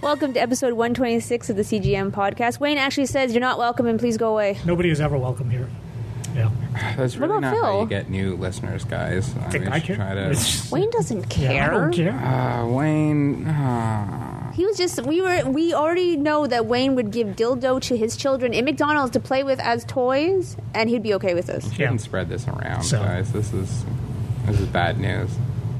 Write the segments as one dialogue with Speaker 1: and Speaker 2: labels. Speaker 1: Welcome to episode 126 of the CGM podcast. Wayne actually says you're not welcome and please go away.
Speaker 2: Nobody is ever welcome here. Yeah.
Speaker 3: That's
Speaker 1: What
Speaker 3: really
Speaker 1: about
Speaker 3: not how
Speaker 1: Phil?
Speaker 3: you get new listeners, guys. I
Speaker 2: Think
Speaker 3: mean,
Speaker 2: I care?
Speaker 3: should Try
Speaker 2: It's
Speaker 3: to,
Speaker 2: just-
Speaker 1: Wayne doesn't care.
Speaker 2: I don't care.
Speaker 3: uh, Wayne. Uh,
Speaker 1: He was just we were we already know that Wayne would give dildo to his children in McDonald's to play with as toys and he'd be okay with this.
Speaker 2: Yeah.
Speaker 3: shouldn't spread this around,
Speaker 2: So-
Speaker 3: guys. This is this is bad news.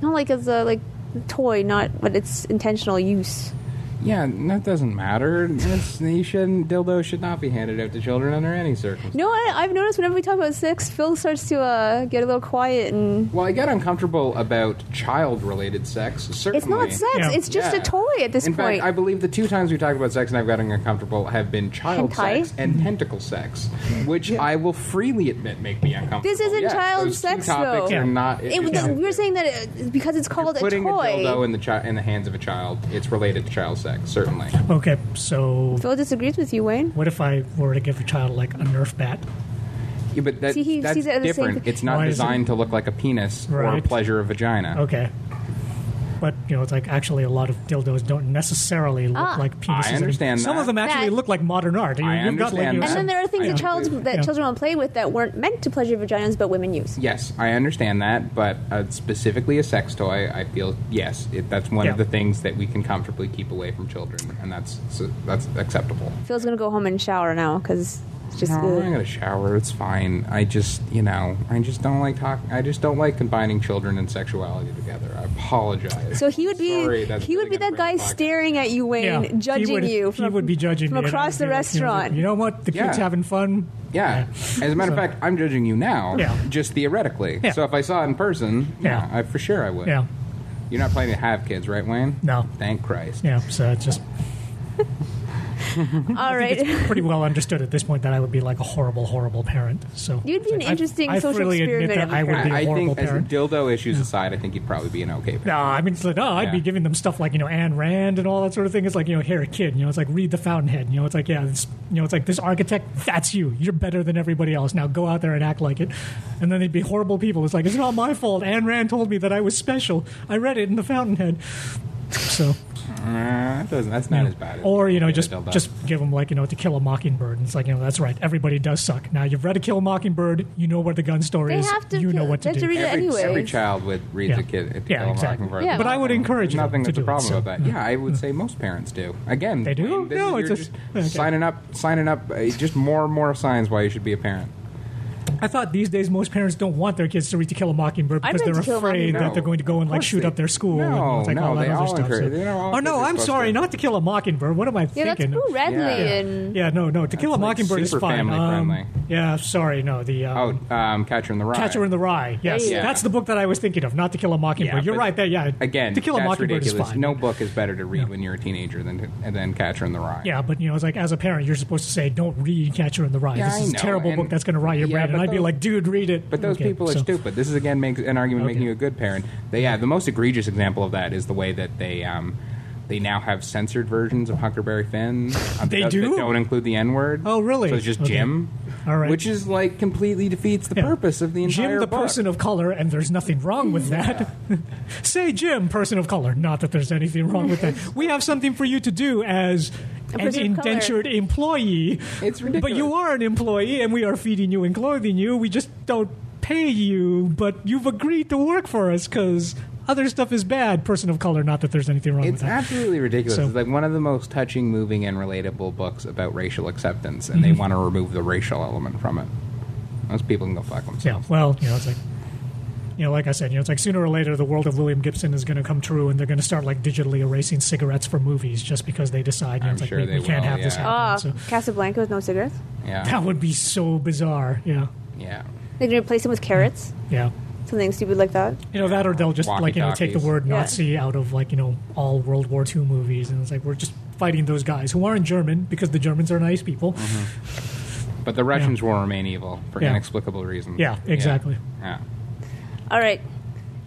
Speaker 1: Not like as a like toy, not but it's intentional use.
Speaker 3: Yeah, that doesn't matter. It's, you shouldn't. Dildo should not be handed out to children under any circumstance.
Speaker 1: You know what I've noticed whenever we talk about sex, Phil starts to uh, get a little quiet and
Speaker 3: Well, I get uncomfortable about child-related sex. Certainly,
Speaker 1: it's not sex,
Speaker 2: Yeah.
Speaker 1: it's just
Speaker 3: Yeah.
Speaker 1: a toy at this
Speaker 3: In
Speaker 1: point.
Speaker 3: fact, I believe the two times we talked about sex and I've gotten uncomfortable have been child
Speaker 1: Hentai?
Speaker 3: sex and tentacle sex, which I will freely admit make me uncomfortable.
Speaker 1: This isn't
Speaker 3: Yes,
Speaker 1: child
Speaker 3: those two
Speaker 1: sex,
Speaker 3: topics
Speaker 1: though.
Speaker 2: Yeah.
Speaker 3: Are not.
Speaker 1: It-
Speaker 3: it's-
Speaker 1: we were saying that it, because it's called a
Speaker 3: putting
Speaker 1: toy.
Speaker 3: dildo in the chi- in the hands of a child, it's related to child sex, certainly.
Speaker 2: Okay, so
Speaker 1: Phil disagrees with you, Wayne.
Speaker 2: what if I were to give a child like a Nerf bat?
Speaker 3: Yeah, but that,
Speaker 1: See, he
Speaker 3: that's
Speaker 1: sees it as the same
Speaker 3: different.
Speaker 1: thing.
Speaker 3: It's not
Speaker 2: Why is
Speaker 3: designed to look like a penis or a
Speaker 2: Right.
Speaker 3: pleasure vagina.
Speaker 2: Okay. But you know, it's like actually a lot of dildos don't necessarily look
Speaker 1: Ah.
Speaker 2: like penises.
Speaker 3: I understand
Speaker 2: Some
Speaker 3: that.
Speaker 2: of them actually
Speaker 1: That-
Speaker 2: look like modern art. You,
Speaker 3: I
Speaker 2: you've got, like,
Speaker 3: understand
Speaker 2: you know,
Speaker 3: that.
Speaker 1: And then there are things
Speaker 3: I
Speaker 1: that,
Speaker 3: don't
Speaker 1: child,
Speaker 3: agree.
Speaker 1: that
Speaker 2: Yeah.
Speaker 1: children will play with that weren't meant to pleasure vaginas but women use.
Speaker 3: Yes, I understand that, but uh, specifically a sex toy, I feel yes, it, that's one
Speaker 2: Yeah.
Speaker 3: of the things that we can comfortably keep away from children, and that's so, that's acceptable.
Speaker 1: Phil's gonna go home and shower now because it's just.
Speaker 3: No, I'm
Speaker 1: ugh.
Speaker 3: not gonna shower. It's fine. I just, you know, I just don't like talking. I just don't like combining children and sexuality together. I apologize.
Speaker 1: So he would be
Speaker 3: Sorry, that's
Speaker 1: he would be
Speaker 3: really
Speaker 1: that
Speaker 3: gonna
Speaker 1: guy
Speaker 3: bring the podcast.
Speaker 1: staring at you, Wayne,
Speaker 2: yeah, he
Speaker 1: judging
Speaker 2: would,
Speaker 1: you.
Speaker 2: he
Speaker 1: From,
Speaker 2: would be judging
Speaker 1: from
Speaker 2: me, and
Speaker 1: across the
Speaker 2: I'd be like, you know,
Speaker 1: restaurant.
Speaker 2: You know what? The kid's
Speaker 3: Yeah.
Speaker 2: having fun.
Speaker 3: Yeah. As a matter of
Speaker 2: So-
Speaker 3: fact, I'm judging you now,
Speaker 2: Yeah.
Speaker 3: just theoretically.
Speaker 2: Yeah.
Speaker 3: So if I saw it in person, yeah,
Speaker 2: Yeah.
Speaker 3: I, for sure I would.
Speaker 2: Yeah,
Speaker 3: You're not planning to have kids, right, Wayne?
Speaker 2: No.
Speaker 3: Thank Christ.
Speaker 2: yeah. So it's just
Speaker 1: All right,
Speaker 2: pretty well understood at this point that I would be like a horrible, horrible parent. So
Speaker 1: You'd be an
Speaker 2: I-
Speaker 1: interesting
Speaker 2: I
Speaker 1: social
Speaker 2: freely admit
Speaker 1: experiment
Speaker 2: that
Speaker 1: of a
Speaker 2: I would be
Speaker 1: parent.
Speaker 2: a
Speaker 3: I, I
Speaker 2: horrible
Speaker 3: think, as
Speaker 2: parent.
Speaker 3: dildo issues aside, I think you'd probably be an okay parent.
Speaker 2: No, I mean, it's like, oh, I'd be
Speaker 3: Yeah.
Speaker 2: giving them stuff like, you know, Anne Rand and all that sort of thing. It's like, you know, here, kid, you know, it's like, read The Fountainhead. You know, it's like, yeah, it's, you know, it's like, this architect, that's you. You're better than everybody else. Now go out there and act like it. And then they'd be horrible people. It's like, it's not my fault. Anne Rand told me that I was special. I read it in The Fountainhead. So,
Speaker 3: Uh, that doesn't, that's not as bad. As
Speaker 2: or, you know,
Speaker 3: being a
Speaker 2: just
Speaker 3: dildo.
Speaker 2: just give them, like, you know, To Kill a Mockingbird. And it's like, you know, that's right. Everybody does suck. Now you've read To Kill a Mockingbird. You know where the gun store
Speaker 1: They
Speaker 2: is.
Speaker 1: have to
Speaker 2: you know
Speaker 1: kill-
Speaker 2: what to
Speaker 1: they have
Speaker 2: do.
Speaker 1: to read it
Speaker 3: every,
Speaker 1: anyways.
Speaker 3: every child would read
Speaker 2: Yeah.
Speaker 3: the kid. At the
Speaker 2: Yeah,
Speaker 3: Kill a
Speaker 2: exactly.
Speaker 3: Mockingbird.
Speaker 1: Yeah. But I
Speaker 2: would encourage
Speaker 3: There's Um, nothing
Speaker 2: them to
Speaker 3: that's a
Speaker 2: do it,
Speaker 3: problem
Speaker 2: so-
Speaker 3: with that. Yeah, I would say most parents do. Again,
Speaker 2: They do?
Speaker 3: Wayne, this
Speaker 2: No,
Speaker 3: is,
Speaker 2: it's
Speaker 3: you're
Speaker 2: just-
Speaker 3: just
Speaker 2: okay.
Speaker 3: signing up, signing up. uh, Just more and more signs why you should be a parent.
Speaker 2: I thought these days most parents don't want their kids to read To Kill a Mockingbird
Speaker 1: I
Speaker 2: because
Speaker 1: read
Speaker 2: they're
Speaker 1: To Kill a
Speaker 2: afraid
Speaker 3: Mockingbird.
Speaker 2: that they're going to go and
Speaker 3: Of
Speaker 2: like
Speaker 3: course
Speaker 2: shoot
Speaker 3: they-
Speaker 2: up their school. and, you
Speaker 3: No,
Speaker 2: know, it's like
Speaker 3: no,
Speaker 2: all that
Speaker 3: they
Speaker 2: other
Speaker 3: all
Speaker 2: stuff.
Speaker 3: encourage-
Speaker 2: so-
Speaker 3: they know all
Speaker 2: oh no,
Speaker 3: kids are
Speaker 2: I'm
Speaker 3: supposed
Speaker 2: sorry,
Speaker 3: to.
Speaker 2: not To Kill a Mockingbird. What am I
Speaker 1: yeah, that's
Speaker 2: thinking?
Speaker 1: Boo Radley
Speaker 3: Yeah.
Speaker 1: and
Speaker 2: yeah, no, no, To Kill a
Speaker 3: like
Speaker 2: Mockingbird is
Speaker 3: super
Speaker 2: fine.
Speaker 3: family
Speaker 2: Um,
Speaker 3: friendly.
Speaker 2: yeah, sorry, no, the
Speaker 3: Oh,
Speaker 2: um,
Speaker 3: um, Catcher in the Rye.
Speaker 2: Catcher in the Rye. Yes,
Speaker 1: you go.
Speaker 2: that's the book that I was thinking of, not To Kill a Mockingbird.
Speaker 3: Yeah,
Speaker 2: You're
Speaker 3: but
Speaker 2: right, there. Yeah,
Speaker 3: Again,
Speaker 2: To Kill a
Speaker 3: that's
Speaker 2: Mockingbird
Speaker 3: ridiculous.
Speaker 2: is fine.
Speaker 3: No book is better to read
Speaker 2: Yeah.
Speaker 3: when you're a teenager than than Catcher in the Rye.
Speaker 2: Yeah, but you know, it's like as a parent, you're supposed to say, "Don't read Catcher in the Rye.
Speaker 3: Yeah,
Speaker 2: this
Speaker 3: I
Speaker 2: is a
Speaker 3: know,
Speaker 2: terrible
Speaker 3: and-
Speaker 2: book that's going to rot your
Speaker 3: Yeah,
Speaker 2: brain." And
Speaker 3: but
Speaker 2: I'd be
Speaker 3: those-
Speaker 2: like, "Dude, read it."
Speaker 3: But those
Speaker 2: Okay,
Speaker 3: people are
Speaker 2: so-
Speaker 3: stupid. This is again makes an argument making
Speaker 2: Okay.
Speaker 3: you a good parent. They yeah, the most egregious example of that is the way that they um, they now have censored versions of Huckleberry Finn. uh,
Speaker 2: They
Speaker 3: that-
Speaker 2: do?
Speaker 3: that don't include the N word.
Speaker 2: Oh, really?
Speaker 3: So it's just
Speaker 2: Okay.
Speaker 3: Jim.
Speaker 2: All right.
Speaker 3: Which is like completely defeats the
Speaker 2: Yeah.
Speaker 3: purpose of the entire
Speaker 2: Jim, the
Speaker 3: book.
Speaker 2: person of color, and there's nothing wrong with that. Say Jim, person of color. Not that there's anything wrong with that. We have something for you to do as an
Speaker 1: person of color.
Speaker 2: indentured employee.
Speaker 3: It's ridiculous.
Speaker 2: But you are an employee, and we are feeding you and clothing you. We just don't pay you, but you've agreed to work for us because other stuff is bad. Person of color. Not that there's anything wrong with
Speaker 3: It's
Speaker 2: that.
Speaker 3: absolutely ridiculous.
Speaker 2: So-
Speaker 3: it's like one of the most touching, moving, and relatable books about racial acceptance, and they
Speaker 2: Mm-hmm.
Speaker 3: want to remove the racial element from it. Those people can go fuck
Speaker 2: Yeah.
Speaker 3: themselves.
Speaker 2: Well, you know, it's like you know, like I said, you know, it's like sooner or later the world of William Gibson is going to come true, and they're going to start like digitally erasing cigarettes for movies just because they decide you know,
Speaker 3: I'm
Speaker 2: it's like
Speaker 3: sure
Speaker 2: we,
Speaker 3: they
Speaker 2: we can't
Speaker 3: will,
Speaker 2: have this
Speaker 3: yeah. Ah.
Speaker 1: ah
Speaker 2: happen. so
Speaker 1: Casablanca with no cigarettes.
Speaker 3: Yeah.
Speaker 2: that would be so bizarre. Yeah.
Speaker 3: Yeah.
Speaker 1: They're gonna replace him with carrots,
Speaker 2: Yeah.
Speaker 1: something stupid like that.
Speaker 2: You know that, or they'll just like you know take the
Speaker 3: Walkie-talkies.
Speaker 2: word
Speaker 1: Yeah.
Speaker 2: Nazi out of like you know all World War II movies, and it's like we're just fighting those guys who aren't German because the Germans are nice people.
Speaker 3: Mm-hmm. But the Russians will remain evil for
Speaker 2: Yeah.
Speaker 3: inexplicable reasons.
Speaker 2: Yeah, exactly.
Speaker 3: Yeah.
Speaker 1: All right.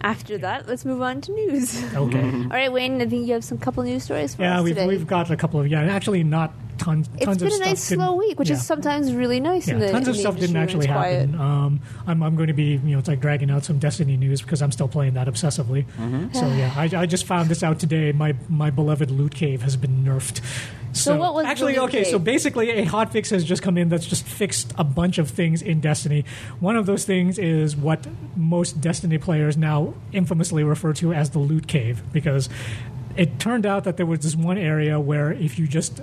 Speaker 1: After that, let's move on to news.
Speaker 2: Okay.
Speaker 1: All right, Wayne, I think you have some couple news stories for
Speaker 2: Yeah,
Speaker 1: us
Speaker 2: we've,
Speaker 1: today.
Speaker 2: we've got a couple of yeah, and actually not tons
Speaker 1: It's
Speaker 2: tons
Speaker 1: been
Speaker 2: of
Speaker 1: a
Speaker 2: stuff.
Speaker 1: nice
Speaker 2: didn't-
Speaker 1: slow week, which
Speaker 2: yeah.
Speaker 1: is sometimes really nice.
Speaker 2: Yeah,
Speaker 1: in the,
Speaker 2: tons
Speaker 1: in
Speaker 2: of
Speaker 1: the
Speaker 2: stuff didn't
Speaker 1: industry when
Speaker 2: actually
Speaker 1: it's quiet.
Speaker 2: happen. Um, I'm, I'm going to be, you know, it's like dragging out some Destiny news because I'm still playing that obsessively. So yeah, I, I just found this out today. My my beloved loot cave has been nerfed. So,
Speaker 1: what was the
Speaker 2: actually
Speaker 1: loot
Speaker 2: okay? So
Speaker 1: cave?
Speaker 2: basically, a hotfix has just come in that's just fixed a bunch of things in Destiny. One of those things is what most Destiny players now infamously refer to as the loot cave because it turned out that there was this one area where if you just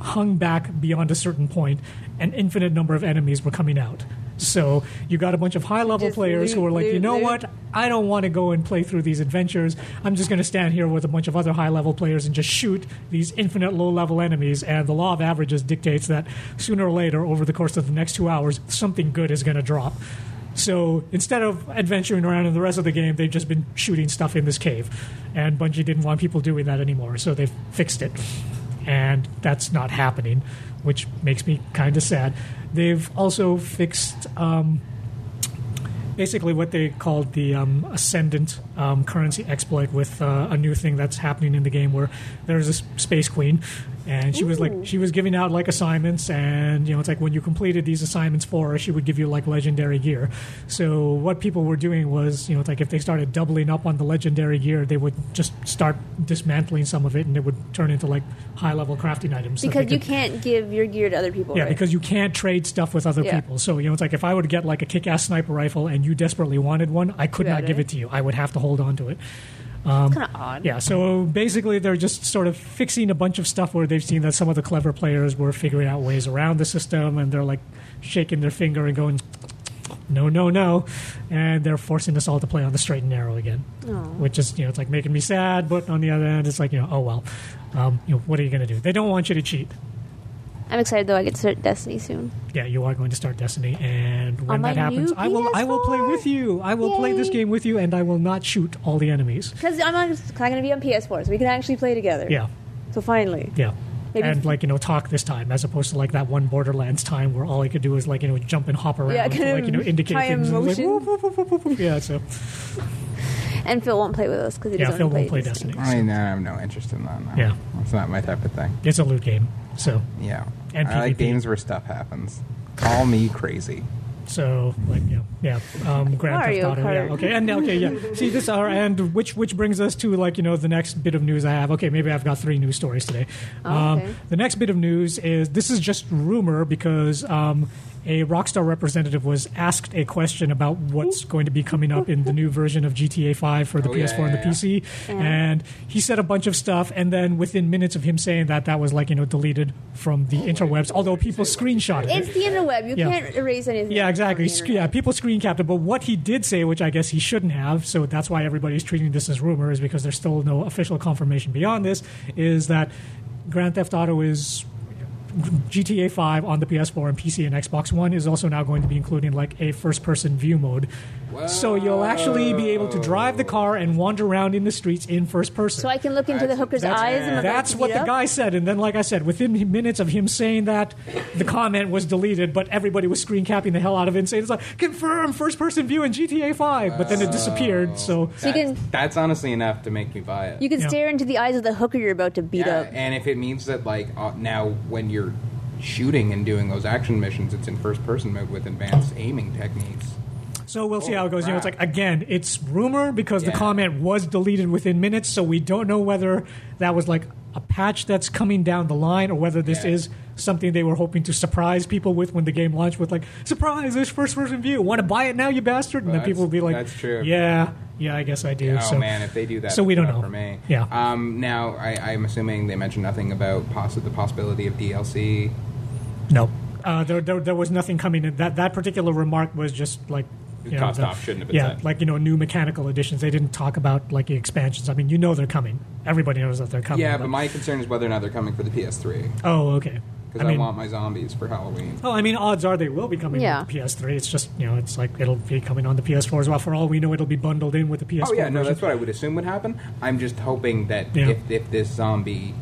Speaker 2: hung back beyond a certain point, an infinite number of enemies were coming out. So you got a bunch of high level
Speaker 1: Just
Speaker 2: players who
Speaker 1: loot,
Speaker 2: were like, you
Speaker 1: loot,
Speaker 2: know
Speaker 1: loot."
Speaker 2: what? I don't want to go and play through these adventures. I'm just going to stand here with a bunch of other high level players and just shoot these infinite low level enemies. And the law of averages dictates that sooner or later, over the course of the next two hours, something good is going to drop. So instead of adventuring around in the rest of the game, they've just been shooting stuff in this cave. And Bungie didn't want people doing that anymore, so they've fixed it. And that's not happening, which makes me kind of sad. They've also fixed um, basically what they called the um, ascendant um, currency exploit with uh, a new thing that's happening in the game where there's this space queen and she was like she was giving out like assignments and you know it's like when you completed these assignments for her she would give you like legendary gear so what people were doing was you know it's like if they started doubling up on the legendary gear they would just start dismantling some of it and it would turn into like high level crafting items that they
Speaker 1: because you
Speaker 2: could-
Speaker 1: can't give your gear to other people.
Speaker 2: yeah,
Speaker 1: right?
Speaker 2: because you can't trade stuff with other
Speaker 1: Yeah.
Speaker 2: people. So you know, it's like if I would get like a kick-ass sniper rifle and you desperately wanted one, I could
Speaker 1: Too
Speaker 2: not
Speaker 1: bad,
Speaker 2: give
Speaker 1: eh?
Speaker 2: it to you. I would have to hold on to it.
Speaker 1: it's kind of odd.
Speaker 2: Yeah, so basically they're just sort of fixing a bunch of stuff where they've seen that some of the clever players were figuring out ways around the system and they're like shaking their finger and going no, no, no, and they're forcing us all to play on the straight and narrow again, which is you know it's like making me sad, but on the other hand, it's like you know oh well, um, you know what are you going to do? They don't want you to cheat.
Speaker 1: I'm excited though. I get to start Destiny soon.
Speaker 2: yeah, you are going to start Destiny, and when
Speaker 1: On my
Speaker 2: that happens,
Speaker 1: new
Speaker 2: I will I will play
Speaker 1: PS4.
Speaker 2: with you. I will play this
Speaker 1: Yay.
Speaker 2: game with you, and I will not shoot all the enemies.
Speaker 1: Because I'm not going to be on PS4, so we can actually play together.
Speaker 2: Yeah,
Speaker 1: So finally,
Speaker 2: yeah.
Speaker 1: Maybe-
Speaker 2: And like you know, talk this time as opposed to like that one Borderlands time where all I could do was like you know jump and hop around,
Speaker 1: Yeah,
Speaker 2: to,
Speaker 1: kind
Speaker 2: like you know
Speaker 1: of
Speaker 2: indicate
Speaker 1: try
Speaker 2: things. And it's like,
Speaker 1: emotion.
Speaker 2: whoop, whoop, whoop, whoop, whoop, whoop. Yeah, so
Speaker 1: and Phil won't play with us because he
Speaker 2: yeah,
Speaker 1: doesn't
Speaker 2: Phil
Speaker 1: play
Speaker 2: won't play
Speaker 1: Destiny.
Speaker 2: Destiny.
Speaker 3: I, no, I have no interest in that. No.
Speaker 2: Yeah.
Speaker 3: it's not my type of thing.
Speaker 2: It's a loot game, so
Speaker 3: Yeah,
Speaker 2: And
Speaker 3: I like
Speaker 2: PvP.
Speaker 3: games where stuff happens. Call me crazy.
Speaker 2: So like yeah, yeah. Um, Grand
Speaker 1: Mario
Speaker 2: Theft Auto.
Speaker 1: Kart.
Speaker 2: Yeah. Okay. And okay. Yeah. See this are and which which brings us to like you know the next bit of news I have. Okay, maybe I've got three news stories today. Um,
Speaker 1: Oh, okay.
Speaker 2: The next bit of news is this is just rumor because. Um, a Rockstar representative was asked a question about what's going to be coming up in the new version of GTA 5 for the
Speaker 3: Oh, yeah,
Speaker 2: PS4 and the
Speaker 3: yeah, yeah.
Speaker 2: PC. And he said a bunch of stuff, and then within minutes of him saying that, that was like, you know, deleted from
Speaker 3: Oh,
Speaker 2: the interwebs, although people screenshotted it.
Speaker 1: It's the interweb. You
Speaker 2: Yeah.
Speaker 1: can't erase anything.
Speaker 2: Yeah,
Speaker 1: from
Speaker 2: exactly.
Speaker 1: the
Speaker 2: Sc-
Speaker 1: internet.
Speaker 2: Yeah, people screen capped it, but what he did say, which I guess he shouldn't have, so that's why everybody's treating this as rumor, is because there's still no official confirmation beyond this, is that Grand Theft Auto is. GTA 5 on the PS4 and PC and Xbox One is also now going to be including like a first person view mode. So you'll actually be able to drive the car and wander around in the streets in first person.
Speaker 1: So I can look into the hooker's
Speaker 2: That's-
Speaker 1: eyes and look
Speaker 2: That's
Speaker 1: like,
Speaker 2: what
Speaker 1: "Yep."
Speaker 2: the guy said, and then, like I said, within minutes of him saying that, the comment was deleted. But everybody was screen capping the hell out of it, and saying it's like confirm first person view in GTA Five. But then it disappeared. So
Speaker 1: you
Speaker 3: that's,
Speaker 1: can-
Speaker 3: that's honestly enough to make me buy it.
Speaker 1: You can
Speaker 2: Yeah.
Speaker 1: stare into the eyes of the hooker you're about to beat
Speaker 3: yeah,
Speaker 1: up.
Speaker 3: and if it means that like uh, now when you're shooting and doing those action missions, it's in first person mode with advanced aiming techniques.
Speaker 2: so we'll see
Speaker 3: Oh,
Speaker 2: how it goes. You know, it's
Speaker 3: crap.
Speaker 2: like again, it's rumor because the
Speaker 3: Yeah.
Speaker 2: comment was deleted within minutes, so we don't know whether that was like a patch that's coming down the line or whether this
Speaker 3: Yeah.
Speaker 2: is something they were hoping to surprise people with when the game launched with like surprise this first person view want to buy it now you bastard and
Speaker 3: Well,
Speaker 2: then people will
Speaker 3: that's-
Speaker 2: be like
Speaker 3: that's true.
Speaker 2: yeah yeah i guess i do
Speaker 3: oh
Speaker 2: so
Speaker 3: man, if they do that,
Speaker 2: so we
Speaker 3: it's
Speaker 2: don't
Speaker 3: not
Speaker 2: know.
Speaker 3: For me,
Speaker 2: Yeah.
Speaker 3: Um, now I, I'm assuming they mentioned nothing about poss- the possibility of DLC.
Speaker 2: No. Uh, there, there, there was nothing coming in. That, that particular remark was just like. You know,
Speaker 3: Tossed
Speaker 2: the-
Speaker 3: off, shouldn't have been
Speaker 2: yeah,
Speaker 3: said.
Speaker 2: like you know, new mechanical additions. They didn't talk about like expansions. I mean, you know they're coming. Everybody knows that they're coming.
Speaker 3: Yeah, but my concern is whether or not they're coming for the PS3
Speaker 2: oh, okay.
Speaker 3: because
Speaker 2: I
Speaker 3: I,
Speaker 2: mean,
Speaker 3: want my zombies for Halloween.
Speaker 2: oh, I mean, odds are they will be coming
Speaker 1: Yeah.
Speaker 2: on the PS3. It's just you know, it's like it'll be coming on the PS4 as well. For all we know, it'll be bundled in with the PS4.
Speaker 3: Oh yeah, no,
Speaker 2: version.
Speaker 3: that's what I would assume would happen. I'm just hoping that
Speaker 2: Yeah. Mm-hmm.
Speaker 3: if, if this zombie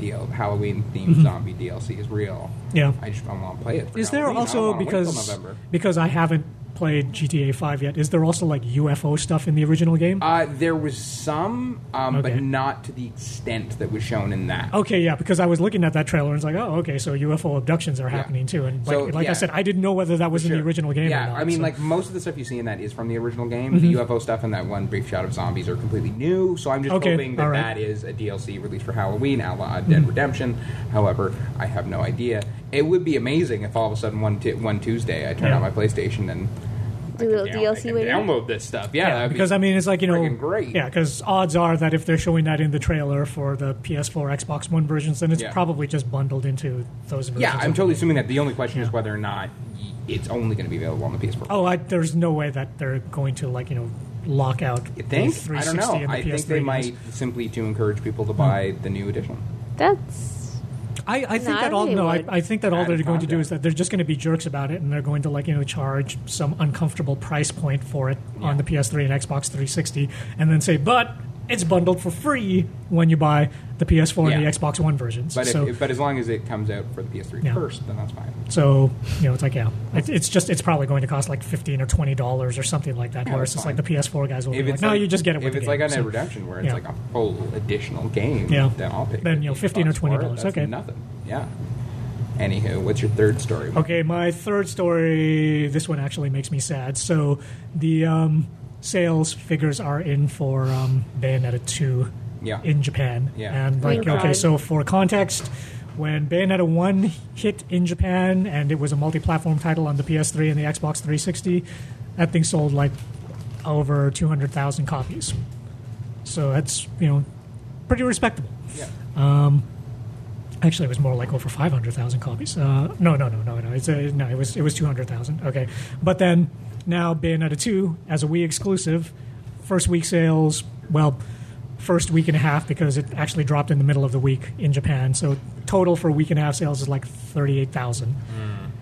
Speaker 3: deal, Halloween themed zombie DLC is real,
Speaker 2: Yeah.
Speaker 3: I just I want to play it. for
Speaker 2: Is there
Speaker 3: Halloween. I don't
Speaker 2: also
Speaker 3: wanna wait till
Speaker 2: because
Speaker 3: November?
Speaker 2: because I haven't played GTA 5 yet, is there also like UFO stuff in the original game?
Speaker 3: Uh, there was some, um,
Speaker 2: Okay.
Speaker 3: but not to the extent that was shown in that.
Speaker 2: Okay, yeah, because I was looking at that trailer and it's like, oh, okay, so UFO abductions are happening too. And like,
Speaker 3: So,
Speaker 2: like
Speaker 3: yeah.
Speaker 2: I said, I didn't know whether that was in the
Speaker 3: Sure.
Speaker 2: original game.
Speaker 3: Yeah,
Speaker 2: or not,
Speaker 3: I
Speaker 2: so-
Speaker 3: mean,
Speaker 2: Mm-hmm.
Speaker 3: like most of the stuff you see in that is from the original game. The UFO stuff and that one brief shot of zombies are completely new. So I'm just
Speaker 2: Okay,
Speaker 3: hoping that
Speaker 2: all right. Mm-hmm.
Speaker 3: that is a DLC release for Halloween, a la Dead Redemption. However, I have no idea. It would be amazing if all of a sudden one t- one Tuesday I turn
Speaker 2: Yeah.
Speaker 3: on my PlayStation and
Speaker 1: Do a little
Speaker 3: I can
Speaker 1: DLC
Speaker 3: download-
Speaker 1: with it.
Speaker 3: download this stuff. Yeah,
Speaker 2: Yeah,
Speaker 3: that'd be-
Speaker 2: because I mean, it's like you know,
Speaker 3: friggin' great.
Speaker 2: Yeah, because odds are that if they're showing that in the trailer for the PS4, Xbox One versions, then it's
Speaker 3: Yeah.
Speaker 2: probably just bundled into those versions.
Speaker 3: yeah, I'm
Speaker 2: of-
Speaker 3: totally assuming that. The only question
Speaker 2: Yeah.
Speaker 3: is whether or not y- it's only going to be available on the PS4.
Speaker 2: Oh, I, there's no way that they're going to like you know lock out.
Speaker 3: you think?
Speaker 2: the
Speaker 3: I don't know.
Speaker 2: 360 and the
Speaker 3: I
Speaker 2: PS3
Speaker 3: think they
Speaker 2: games.
Speaker 3: might simply to encourage people to
Speaker 2: Hmm.
Speaker 3: buy the new edition.
Speaker 1: That's
Speaker 2: I, I think
Speaker 1: No, I
Speaker 2: that all
Speaker 1: really
Speaker 2: no, I,
Speaker 1: would.
Speaker 2: I think that all
Speaker 3: Added
Speaker 2: they're going to do
Speaker 3: content.
Speaker 2: is that they're just going to be jerks about it, and they're going to like you know charge some uncomfortable price point for it on the
Speaker 3: Yeah.
Speaker 2: PS3 and Xbox 360, and then say, but it's bundled for free when you buy the PS4 and
Speaker 3: Yeah.
Speaker 2: the Xbox One versions.
Speaker 3: But,
Speaker 2: so,
Speaker 3: if, but as long as it comes out for the PS3
Speaker 2: Yeah.
Speaker 3: first, then that's fine.
Speaker 2: so you know, it's like yeah, it's, it's just it's probably going to cost like fifteen or twenty dollars or something like that.
Speaker 3: Yeah,
Speaker 2: whereas
Speaker 3: that's
Speaker 2: it's like the
Speaker 3: fine.
Speaker 2: PS4 guys will be
Speaker 3: If
Speaker 2: like,
Speaker 3: it's
Speaker 2: no,
Speaker 3: like,
Speaker 2: you just get it.
Speaker 3: If
Speaker 2: With the
Speaker 3: it's
Speaker 2: game.
Speaker 3: like on
Speaker 2: So-
Speaker 3: a redemption where it's
Speaker 2: yeah.
Speaker 3: like a whole additional game,
Speaker 2: Yeah.
Speaker 3: then I'll pay.
Speaker 2: Then, you know,
Speaker 3: 15
Speaker 2: or
Speaker 3: bucks for it.
Speaker 2: $20.
Speaker 3: That's
Speaker 2: Okay.
Speaker 3: nothing. Yeah. Anywho, what's your third story?
Speaker 2: Okay, my third story. This one actually makes me sad. So the um, sales figures are in for um, Bayonetta two
Speaker 3: Yeah.
Speaker 2: in Japan.
Speaker 3: Yeah.
Speaker 2: and like
Speaker 1: Green
Speaker 2: okay,
Speaker 1: card.
Speaker 2: so for context. When Bayonetta 1 hit in Japan and it was a multi platform title on the PS3 and the Xbox 360, that thing sold like over 200,000 copies. So that's, you know, pretty respectable.
Speaker 3: Yeah.
Speaker 2: Actually, it was more like over five hundred thousand copies. Uh, no, no, no, no, no. It's a, no. It was it was two hundred thousand. Okay, but then now Bayonetta two as a Wii exclusive, first week sales. Well, first week and a half because it actually dropped in the middle of the week in Japan. So total for week and a half sales is like thirty eight thousand,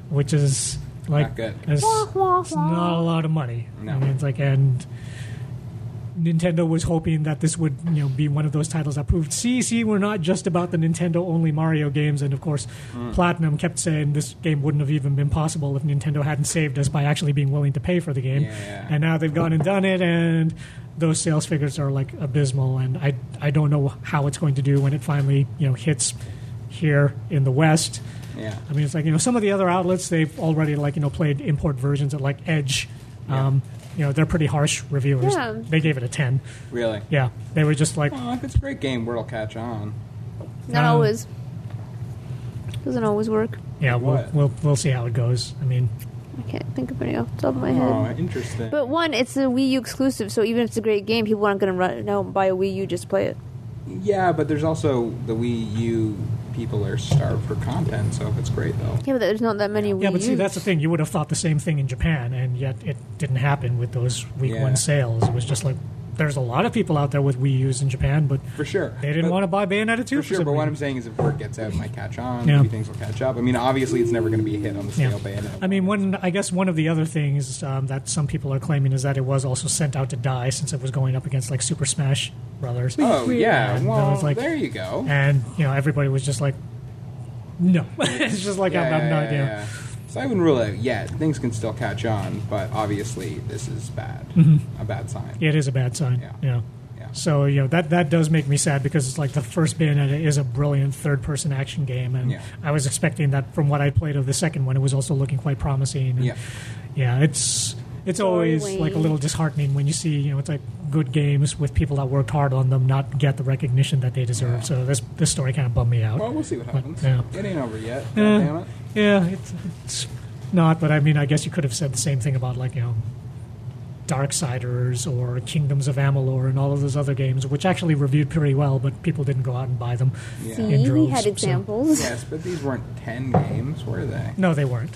Speaker 2: which is like
Speaker 3: Hmm. Not good.
Speaker 2: It's,
Speaker 1: Wah, wah,
Speaker 2: it's
Speaker 1: wah.
Speaker 2: not a lot of money.
Speaker 3: No.
Speaker 2: I mean, it's like and. Nintendo was hoping that this would you know be one of those titles that proved, see, see, we're not just about the Nintendo only Mario games. And of course,
Speaker 3: Hmm.
Speaker 2: Platinum kept saying this game wouldn't have even been possible if Nintendo hadn't saved us by actually being willing to pay for the game.
Speaker 3: Yeah.
Speaker 2: And now they've gone and done it, and those sales figures are like abysmal. And I I don't know how it's going to do when it finally you know hits here in the West.
Speaker 3: Yeah.
Speaker 2: I mean, it's like you know some of the other outlets they've already like you know played import versions at like Edge. Um, you know they're pretty harsh reviewers.
Speaker 1: Yeah.
Speaker 2: They gave it a ten.
Speaker 3: Really?
Speaker 2: Yeah, they were just like
Speaker 3: Well, if it's a great game, word will catch on.
Speaker 1: not
Speaker 2: Um,
Speaker 1: always. Doesn't always work.
Speaker 2: yeah, we'll,
Speaker 3: What?
Speaker 2: we'll we'll see how it goes. I mean,
Speaker 1: I can't think of any off the top of my head.
Speaker 3: Oh, interesting.
Speaker 1: Mm-hmm. But one, it's a Wii U exclusive, so even if it's a great game, people aren't going to run out and buy a Wii U just to play it.
Speaker 3: yeah, but there's also the Wii U people are starved for content, so if it's great, though.
Speaker 1: Yeah, but there's not that many Wii
Speaker 2: yeah, but see
Speaker 1: Us.
Speaker 2: that's the thing. You would have thought the same thing in Japan, and yet it didn't happen with those week
Speaker 3: Yeah.
Speaker 2: one sales. It was just like there's a lot of people out there with Wii U's in Japan, but
Speaker 3: For sure.
Speaker 2: they didn't
Speaker 3: But-
Speaker 2: want to buy Bayonetta two
Speaker 3: For
Speaker 2: for,
Speaker 3: sure,
Speaker 2: some
Speaker 3: but what I'm
Speaker 2: reason.
Speaker 3: saying is if word gets out, it might catch on.
Speaker 2: Yeah.
Speaker 3: Maybe things will catch up. I mean, obviously, it's never going to be a hit on the scale
Speaker 2: yeah.
Speaker 3: Bayonetta
Speaker 2: I mean,
Speaker 3: was.
Speaker 2: one. I guess one of the other things um, that some people are claiming is that it was also sent out to die since it was going up against like Super Smash Brothers.
Speaker 3: Oh, yeah.
Speaker 2: And I
Speaker 3: Well,
Speaker 2: was like-
Speaker 3: there you go.
Speaker 2: and you know everybody was just like, no, it's just like I'm, I'm not. you know.
Speaker 3: So I wouldn't rule it out yet. Things can still catch on, but obviously this is bad.
Speaker 2: Mm-hmm.
Speaker 3: A bad sign.
Speaker 2: It is a bad sign.
Speaker 3: Yeah.
Speaker 2: Yeah.
Speaker 3: Yeah.
Speaker 2: So you know that that does make me sad because it's like the first Bayonetta is a brilliant third-person action game, and
Speaker 3: Yeah.
Speaker 2: I was expecting that from what I played of the second one. It was also looking quite promising. And
Speaker 3: Yeah.
Speaker 2: yeah, it's it's always
Speaker 1: Sorry,
Speaker 2: like a
Speaker 1: Wayne.
Speaker 2: little disheartening when you see you know it's like good games with people that worked hard on them not get the recognition that they deserve.
Speaker 3: Yeah.
Speaker 2: So this this story kind of bummed me out.
Speaker 3: Well, we'll see what happens.
Speaker 2: Yeah.
Speaker 3: It ain't over yet. God
Speaker 2: Yeah.
Speaker 3: damn it.
Speaker 2: Yeah, it's, it's not, but I mean, I guess you could have said the same thing about, like, you know, Darksiders or Kingdoms of Amalur and all of those other games, which actually reviewed pretty well, but people didn't go out and buy them.
Speaker 3: Yeah.
Speaker 1: See,
Speaker 2: in droves,
Speaker 1: we had
Speaker 2: so-
Speaker 1: examples.
Speaker 3: Yes, but these weren't ten games, were they?
Speaker 2: No, they weren't.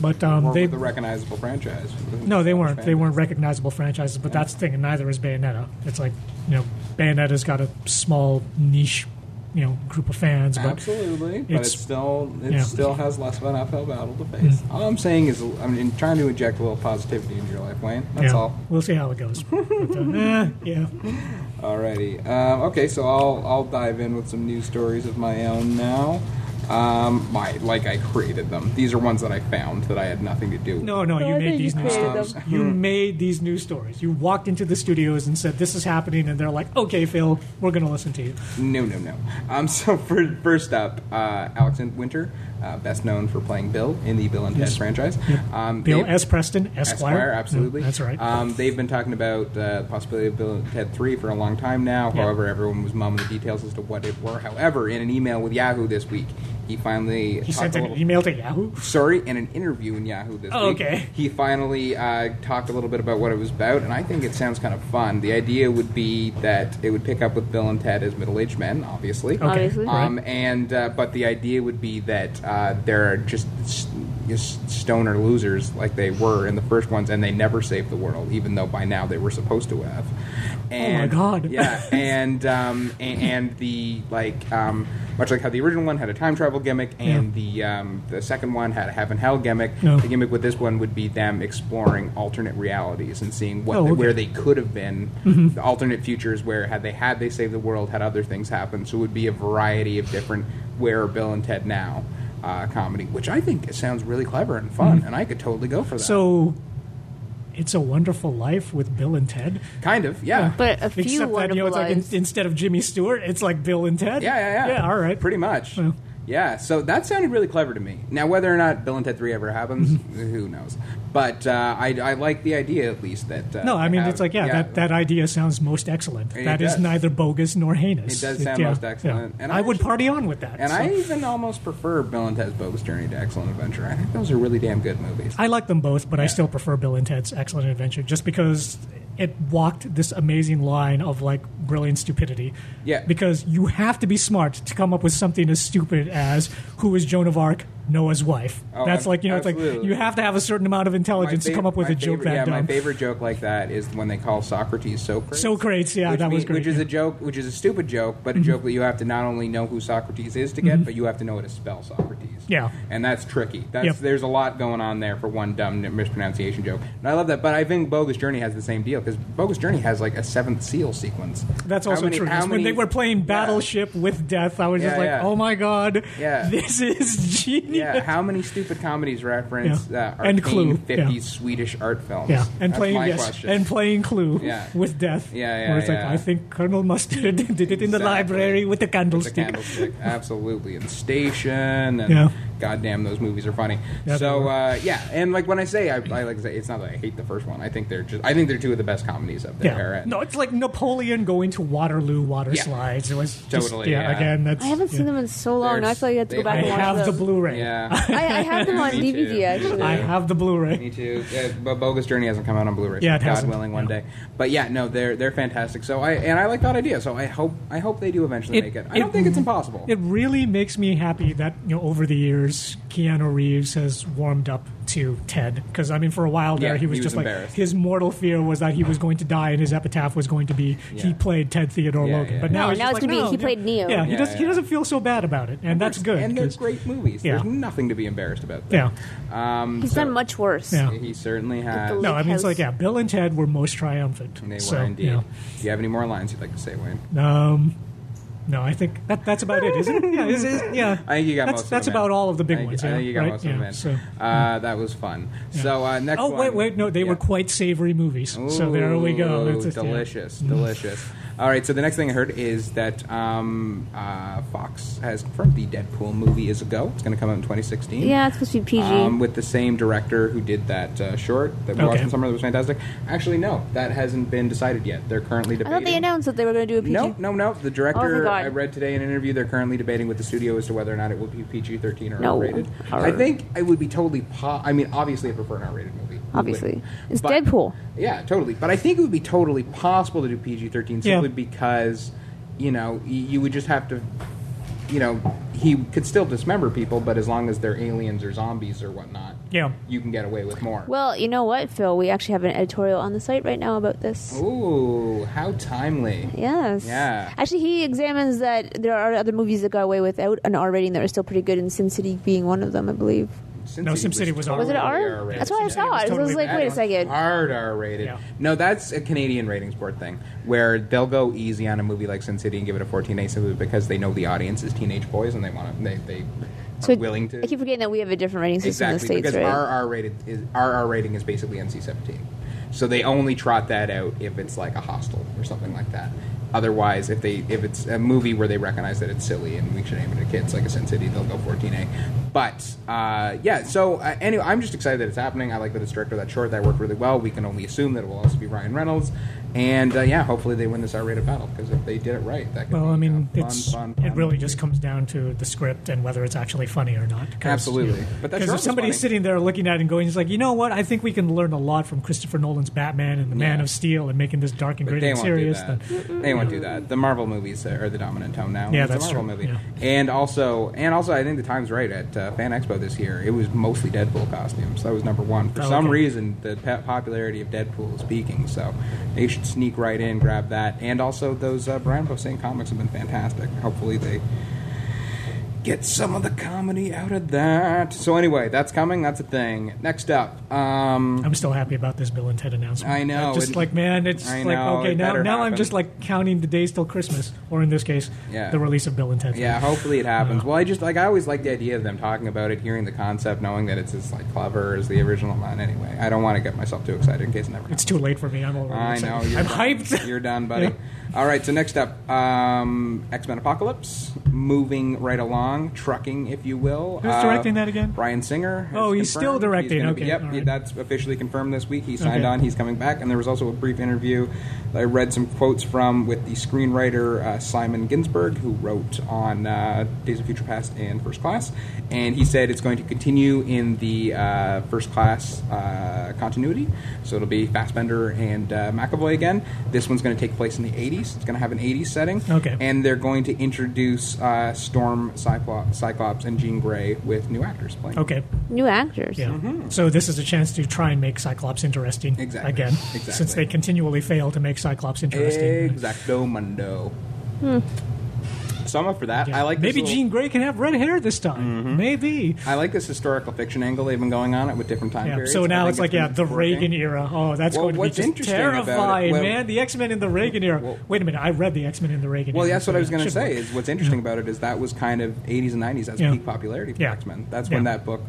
Speaker 2: But
Speaker 3: Or
Speaker 2: um, they
Speaker 3: with a recognizable franchise.
Speaker 2: no, they weren't. They weren't recognizable franchises. But that's the thing, and neither is Bayonetta. It's like you know, Bayonetta's got a small niche, you know, group of fans. But
Speaker 3: Absolutely, but
Speaker 2: It's-
Speaker 3: it still it
Speaker 2: yeah. Mm.
Speaker 3: still has less of an uphill battle to face. All I'm saying is, I'm mean, trying to inject a little positivity into your life, Wayne. That's
Speaker 2: yeah,
Speaker 3: all.
Speaker 2: we'll see how it goes. But, uh, eh, yeah,
Speaker 3: Alrighty. Um, okay, so I'll I'll dive in with some news stories of my own now. Um, my like I created them. These are ones that I found that I had nothing to do. with.
Speaker 2: No, no,
Speaker 1: No,
Speaker 2: you
Speaker 1: I
Speaker 2: made
Speaker 1: think
Speaker 2: these
Speaker 1: you
Speaker 2: new
Speaker 1: created
Speaker 2: stories.
Speaker 1: them.
Speaker 2: You
Speaker 3: Hmm.
Speaker 2: made these new stories. You walked into the studios and said, "This is happening," and they're like, "Okay, Phil, we're going to listen to you."
Speaker 3: No, no, no. Um, so for, first up, uh, Alex Winter, uh, best known for playing Bill in the Bill and Ted
Speaker 2: Yes.
Speaker 3: franchise. Um,
Speaker 2: Bill
Speaker 3: they-
Speaker 2: S. Preston, Esquire.
Speaker 3: Esquire, absolutely.
Speaker 2: Yeah, that's right.
Speaker 3: Um, they've been talking about uh, the possibility of Bill and Ted 3 for a long time now.
Speaker 2: Yeah.
Speaker 3: However, everyone was mumming the details as to what it were. However, in an email with Yahoo this week, he finally
Speaker 2: he
Speaker 3: talked
Speaker 2: sent
Speaker 3: a
Speaker 2: an
Speaker 3: little-
Speaker 2: email to Yahoo.
Speaker 3: Sorry, in an interview in Yahoo this
Speaker 2: Oh,
Speaker 3: week,
Speaker 2: okay.
Speaker 3: he finally uh, talked a little bit about what it was about, and I think it sounds kind of fun. The idea would be that it would pick up with Bill and Ted as middle-aged men, obviously,
Speaker 2: Okay.
Speaker 1: Obviously.
Speaker 2: right.
Speaker 3: um, and uh, but the idea would be that uh, there are just, s- just stoner losers like they were in the first ones, and they never saved the world, even though by now they were supposed to have. And,
Speaker 2: Oh God.
Speaker 3: Yeah, and um, a- and, the like, um, much like how the original one had a time travel gimmick, and the um, the second one had a heaven hell gimmick.
Speaker 2: No.
Speaker 3: The gimmick with this one would be them exploring alternate realities and seeing what
Speaker 2: Oh,
Speaker 3: they-
Speaker 2: okay.
Speaker 3: where they could have been,
Speaker 2: Mm-hmm.
Speaker 3: the alternate futures where had they had they saved the world, had other things happen. So it would be a variety of different where are Bill and Ted now. Uh, comedy, which I think sounds really clever and fun, and I could totally go for that.
Speaker 2: Mm-hmm. So, it's a wonderful life with Bill and Ted.
Speaker 3: kind of, yeah,
Speaker 1: But a few
Speaker 2: Except that
Speaker 1: wonderful
Speaker 2: you know, it's like in,
Speaker 1: lives.
Speaker 2: instead of Jimmy Stewart, it's like Bill and Ted.
Speaker 3: Yeah, yeah, yeah.
Speaker 2: Yeah, all right.
Speaker 3: Pretty much.
Speaker 2: Well.
Speaker 3: Yeah, so that sounded really clever to me. Now, whether or not Bill and Ted 3 ever happens,
Speaker 2: Mm-hmm.
Speaker 3: who knows? But uh, I, I like the idea, at least, that. Uh,
Speaker 2: No, I
Speaker 3: they
Speaker 2: mean
Speaker 3: have-
Speaker 2: it's like yeah, that, that idea sounds most excellent.
Speaker 3: It
Speaker 2: that is
Speaker 3: does.
Speaker 2: neither bogus nor heinous.
Speaker 3: It does sound most excellent. And
Speaker 2: And I,
Speaker 3: I
Speaker 2: would
Speaker 3: actually-
Speaker 2: party on with that.
Speaker 3: And
Speaker 2: so.
Speaker 3: I even almost prefer Bill and Ted's Bogus Journey to Excellent Adventure. I think those are really damn good movies.
Speaker 2: I like them both, but I still prefer Bill and Ted's Excellent Adventure just because it walked this amazing line of like brilliant stupidity.
Speaker 3: Yeah.
Speaker 2: Because you have to be smart to come up with something as stupid as who is Joan of Arc, Noah's wife.
Speaker 3: Oh,
Speaker 2: That's
Speaker 3: ab-
Speaker 2: like you know, it's like
Speaker 3: absolutely.
Speaker 2: you have to have a certain amount of
Speaker 3: My
Speaker 2: intelligence to
Speaker 3: fav-
Speaker 2: come up with
Speaker 3: my
Speaker 2: a joke
Speaker 3: favorite-
Speaker 2: that
Speaker 3: Yeah,
Speaker 2: dumb.
Speaker 3: my favorite joke like that is when they call Socrates Socrates.
Speaker 2: Socrates, yeah,
Speaker 3: which
Speaker 2: that was Mm-hmm.
Speaker 3: mean-
Speaker 2: great,
Speaker 3: Which is
Speaker 2: yeah.
Speaker 3: a joke, which is a stupid joke, but a joke that you have to not only know who Socrates is to get, but you have to know how to spell Socrates.
Speaker 2: Mm-hmm. Yeah.
Speaker 3: and that's tricky. That's
Speaker 2: Yep.
Speaker 3: there's a lot going on there for one dumb n- mispronunciation joke, and I love that. But I think Bogus Journey has the same deal because Bogus Journey has like a seventh seal sequence.
Speaker 2: That's
Speaker 3: How
Speaker 2: also
Speaker 3: many-
Speaker 2: true.
Speaker 3: how
Speaker 2: Yes, when they
Speaker 3: many-
Speaker 2: were playing
Speaker 3: Yeah.
Speaker 2: Battleship with Death, I was just
Speaker 3: Yeah,
Speaker 2: like,
Speaker 3: yeah.
Speaker 2: "Oh my god,
Speaker 3: Yeah.
Speaker 2: this is genius!"
Speaker 3: Yeah, how many stupid comedies reference
Speaker 2: Yeah.
Speaker 3: uh,
Speaker 2: And
Speaker 3: arcane
Speaker 2: Clue, yeah.
Speaker 3: 50s Swedish art films?
Speaker 2: Yeah, and
Speaker 3: That's
Speaker 2: playing
Speaker 3: my
Speaker 2: yes,
Speaker 3: question.
Speaker 2: and playing Clue
Speaker 3: Yeah.
Speaker 2: with death.
Speaker 3: Yeah, yeah,
Speaker 2: Where it's
Speaker 3: yeah.
Speaker 2: like I think Colonel Mustard did it in the
Speaker 3: Exactly.
Speaker 2: library with the
Speaker 3: With
Speaker 2: candlestick.
Speaker 3: the candlestick, absolutely, and Station, and
Speaker 2: Yeah.
Speaker 3: goddamn, those movies are funny.
Speaker 2: Yeah, they
Speaker 3: so
Speaker 2: were.
Speaker 3: uh, yeah, and like when I say I, I like to say, it's not that I hate the first one. I think they're just I think they're two of the best comedies up
Speaker 2: yeah.
Speaker 3: there. and-
Speaker 2: No, it's like Napoleon going to Waterloo water
Speaker 3: Yeah.
Speaker 2: slides. It was just,
Speaker 3: Totally,
Speaker 2: yeah,
Speaker 3: yeah.
Speaker 2: Again, that's
Speaker 1: I haven't seen
Speaker 2: yeah.
Speaker 1: them in so long. Now I
Speaker 3: There's-
Speaker 1: feel like I have to go
Speaker 3: they-
Speaker 1: back
Speaker 2: I
Speaker 1: and watch
Speaker 2: have the
Speaker 1: those.
Speaker 2: Blu-ray.
Speaker 3: yeah,
Speaker 1: I, I have them on
Speaker 3: Me too.
Speaker 1: DVD actually.
Speaker 2: I
Speaker 3: Yeah.
Speaker 2: have the Blu-ray.
Speaker 3: me too. Yeah, but Bogus Journey hasn't come out on Blu-ray.
Speaker 2: Yeah, it
Speaker 3: so God
Speaker 2: hasn't.
Speaker 3: willing, one
Speaker 2: No.
Speaker 3: day. But yeah, no, they're they're fantastic. So I and I like that idea. So I hope I hope they do eventually
Speaker 2: It-
Speaker 3: make it. I don't
Speaker 2: it-
Speaker 3: think it's impossible.
Speaker 2: It really makes me happy that you know over the years Keanu Reeves has warmed up to Ted because I mean for a while there
Speaker 3: Yeah,
Speaker 2: he was
Speaker 3: he was
Speaker 2: just like
Speaker 3: embarrassed.
Speaker 2: his mortal fear was that he was going to die and his epitaph was going to be he
Speaker 3: Yeah.
Speaker 2: played Ted Theodore
Speaker 3: Yeah,
Speaker 2: Logan
Speaker 3: yeah.
Speaker 2: but now
Speaker 1: No,
Speaker 2: it's
Speaker 1: now
Speaker 2: just
Speaker 1: it's
Speaker 2: like,
Speaker 1: gonna be,
Speaker 2: no,
Speaker 1: he
Speaker 2: yeah.
Speaker 1: played Neo.
Speaker 2: yeah he
Speaker 3: Yeah,
Speaker 2: does he
Speaker 3: yeah.
Speaker 2: doesn't feel so bad about it and that's good
Speaker 3: And they're
Speaker 2: 'cause-
Speaker 3: great movies. There's
Speaker 2: Yeah.
Speaker 3: nothing to be embarrassed about.
Speaker 2: yeah
Speaker 3: Um,
Speaker 1: He's
Speaker 3: so-
Speaker 1: done much worse.
Speaker 2: Yeah.
Speaker 3: He certainly has.
Speaker 1: With the
Speaker 2: no I mean it's
Speaker 1: House.
Speaker 2: like yeah Bill and Ted were most triumphant
Speaker 3: And They were
Speaker 2: so,
Speaker 3: indeed.
Speaker 2: yeah.
Speaker 3: Do you have any more lines you'd like to say, Wayne?
Speaker 2: um no I think that, that's about it isn't it yeah, is, is, yeah.
Speaker 3: I think you got
Speaker 2: that's,
Speaker 3: most of
Speaker 2: that's
Speaker 3: them in.
Speaker 2: about all of the big
Speaker 3: I think-
Speaker 2: ones
Speaker 3: I
Speaker 2: yeah,
Speaker 3: think you got
Speaker 2: right?
Speaker 3: most of
Speaker 2: Yeah,
Speaker 3: them in.
Speaker 2: so.
Speaker 3: Uh, that was fun. So uh, next
Speaker 2: Oh
Speaker 3: one-
Speaker 2: wait, wait, no, they
Speaker 3: Yeah.
Speaker 2: were quite savory movies. so there we go.
Speaker 3: Ooh,
Speaker 2: It's just- yeah. Mm.
Speaker 3: delicious, delicious. All right, so the next thing I heard is that um, uh, Fox has confirmed the Deadpool movie is a go. It's going to come out in 2016.
Speaker 1: Yeah, it's supposed to be PG.
Speaker 3: Um, with the same director who did that uh, short that we
Speaker 2: Okay.
Speaker 3: watched in summer that was fantastic. Actually, no, that hasn't been decided yet. They're currently
Speaker 1: I
Speaker 3: debating.
Speaker 1: thought they announced that they were going to do a PG.
Speaker 3: No, no, no. The
Speaker 1: Oh, my
Speaker 3: director
Speaker 1: God.
Speaker 3: I read today in an interview. They're currently debating with the studio as to whether or not it will be PG thirteen or
Speaker 1: No.
Speaker 3: R-rated. I
Speaker 1: Arr.
Speaker 3: think it would be totally. Po- I mean, obviously, I prefer an R-rated movie. Who
Speaker 1: Obviously.
Speaker 3: wouldn't?
Speaker 1: It's Deadpool.
Speaker 3: Yeah, totally. But I think it would be totally possible to do PG thirteen simply
Speaker 2: Yeah.
Speaker 3: because you know y- you would just have to, you know, he could still dismember people, but as long as they're aliens or zombies or whatnot,
Speaker 2: Yeah.
Speaker 3: you can get away with more.
Speaker 1: Well, you know what, Phil? We actually have an editorial on the site right now about this.
Speaker 3: Ooh, how timely!
Speaker 1: Yes.
Speaker 3: Yeah.
Speaker 1: Actually, he examines that there are other movies that got away without an R rating that are still pretty good, and Sin City being one of them, I believe.
Speaker 3: SimCity.
Speaker 2: No, SimCity was
Speaker 1: Was it
Speaker 2: R-rated.
Speaker 1: R?
Speaker 3: rated.
Speaker 1: That's what I
Speaker 2: Yeah, it
Speaker 1: saw. It. I
Speaker 2: was
Speaker 1: was
Speaker 2: totally
Speaker 1: like,
Speaker 2: bad.
Speaker 1: wait a second.
Speaker 3: Hard R rated.
Speaker 2: Yeah.
Speaker 3: No, that's a Canadian ratings board thing where they'll go easy on a movie like Sin City and give it a 14A simply because they know the audience is teenage boys and they want to. They, they
Speaker 1: So
Speaker 3: are willing to.
Speaker 1: I keep forgetting that we have a different rating system
Speaker 3: exactly
Speaker 1: in the
Speaker 3: because
Speaker 1: states, right?
Speaker 3: RR rated is RR rating is basically NC-17. So they only trot that out if it's like a hostel or something like that. Otherwise, if they if it's a movie where they recognize that it's silly and we should aim it at kids like a Sin City, they'll go 14A. But uh, yeah, so uh, anyway, I'm just excited that it's happening. I like that it's directed that short. That worked really well. We can only assume that it will also be Ryan Reynolds. And uh, yeah, hopefully they win this R-rated battle because if they did it right, that could
Speaker 2: Well,
Speaker 3: be
Speaker 2: I mean,
Speaker 3: a fun,
Speaker 2: it's
Speaker 3: fun, fun
Speaker 2: it really
Speaker 3: movie.
Speaker 2: just comes down to the script and whether it's actually funny or not. 'Cause,
Speaker 3: Absolutely.
Speaker 2: you know,
Speaker 3: But that
Speaker 2: 'cause
Speaker 3: short
Speaker 2: if
Speaker 3: was
Speaker 2: somebody's
Speaker 3: funny.
Speaker 2: sitting there looking at it and going, "It's like, you know what? I think we can learn a lot from Christopher Nolan's Batman and the Man
Speaker 3: Yeah.
Speaker 2: of Steel and making this dark and
Speaker 3: But
Speaker 2: gritty
Speaker 3: they
Speaker 2: and
Speaker 3: won't
Speaker 2: serious."
Speaker 3: do that.
Speaker 2: then-
Speaker 3: They won't do that. The Marvel movies are the dominant tone now.
Speaker 2: Yeah,
Speaker 3: it's
Speaker 2: that's
Speaker 3: a Marvel
Speaker 2: true.
Speaker 3: movie. And also, and also, I think the time's right at uh, Fan Expo this year. It was mostly Deadpool costumes. That was number one. For
Speaker 2: Oh,
Speaker 3: some
Speaker 2: okay.
Speaker 3: reason, the pe- popularity of Deadpool is peaking, so they should sneak right in, grab that. And also, those uh, Brian Posehn comics have been fantastic. Hopefully, they. Get some of the comedy out of that. So anyway, that's coming. That's a thing. Next up, um,
Speaker 2: I'm still happy about this Bill and Ted announcement.
Speaker 3: I know,
Speaker 2: I'm just
Speaker 3: it-
Speaker 2: like, man, it's
Speaker 3: I
Speaker 2: like
Speaker 3: know,
Speaker 2: okay,
Speaker 3: it
Speaker 2: now
Speaker 3: better
Speaker 2: now I'm
Speaker 3: happen.
Speaker 2: just like counting the days till Christmas, or in this case,
Speaker 3: Yeah.
Speaker 2: the release of Bill and Ted.
Speaker 3: Yeah, hopefully it happens. Well, I just like I always like the idea of them talking about it, hearing the concept, knowing that it's as like clever as the original one. Anyway, I don't want to get myself too excited in case it never.
Speaker 2: It's
Speaker 3: Happens.
Speaker 2: too late for me. I'm already.
Speaker 3: I know.
Speaker 2: excited.
Speaker 3: You're
Speaker 2: I'm
Speaker 3: done.
Speaker 2: hyped.
Speaker 3: You're done, buddy. All right. So next up, um, X Men Apocalypse, moving right along, trucking, if you will. Uh,
Speaker 2: Who's directing that again?
Speaker 3: Brian Singer.
Speaker 2: Oh,
Speaker 3: has
Speaker 2: he's still
Speaker 3: confirmed.
Speaker 2: directing,
Speaker 3: gonna
Speaker 2: okay,
Speaker 3: Be, yep.
Speaker 2: all
Speaker 3: he-
Speaker 2: right.
Speaker 3: That's officially confirmed this week. He signed
Speaker 2: Okay.
Speaker 3: on. He's coming back. And there was also a brief interview that I read some quotes from with the screenwriter uh, Simon Ginsberg, who wrote on uh, Days of Future Past and First Class. And he said it's going to continue in the uh, First Class uh, continuity. So it'll be Fassbender and uh, McAvoy again. This one's going to take place in the 80s. It's going to have an 80s setting.
Speaker 2: Okay.
Speaker 3: And they're going to introduce uh, Storm, Cyclops, Cyclops, and Jean Grey with new actors playing.
Speaker 2: Okay.
Speaker 1: New actors.
Speaker 2: Yeah. So this is a chance to try and make Cyclops interesting
Speaker 3: Mm-hmm. Exactly.
Speaker 2: again,
Speaker 3: Exactly.
Speaker 2: since they continually fail to make Cyclops interesting.
Speaker 3: Exacto mundo. So I'm up for that.
Speaker 2: Yeah.
Speaker 3: I like this
Speaker 2: maybe
Speaker 3: little- Mm-hmm.
Speaker 2: Jean Grey can have red hair this time. Maybe.
Speaker 3: I like this historical fiction angle they've been going on it with different time
Speaker 2: Yeah.
Speaker 3: periods.
Speaker 2: So
Speaker 3: I
Speaker 2: now
Speaker 3: think
Speaker 2: it's like
Speaker 3: been
Speaker 2: yeah, the
Speaker 3: working.
Speaker 2: Reagan era. Oh, that's
Speaker 3: eh? Well,
Speaker 2: going to be
Speaker 3: what's
Speaker 2: just
Speaker 3: interesting about it-
Speaker 2: terrifying,
Speaker 3: well-
Speaker 2: man. The X Men in the Reagan era.
Speaker 3: Well-
Speaker 2: Wait a minute, I read the X Men in the Reagan
Speaker 3: Well,
Speaker 2: era.
Speaker 3: that's what I was going to
Speaker 2: to
Speaker 3: say. Is what's interesting about it is that was kind of 80s and 90s. That's
Speaker 2: Yeah.
Speaker 3: peak popularity for
Speaker 2: Yeah.
Speaker 3: X Men. That's
Speaker 2: Yeah.
Speaker 3: when that book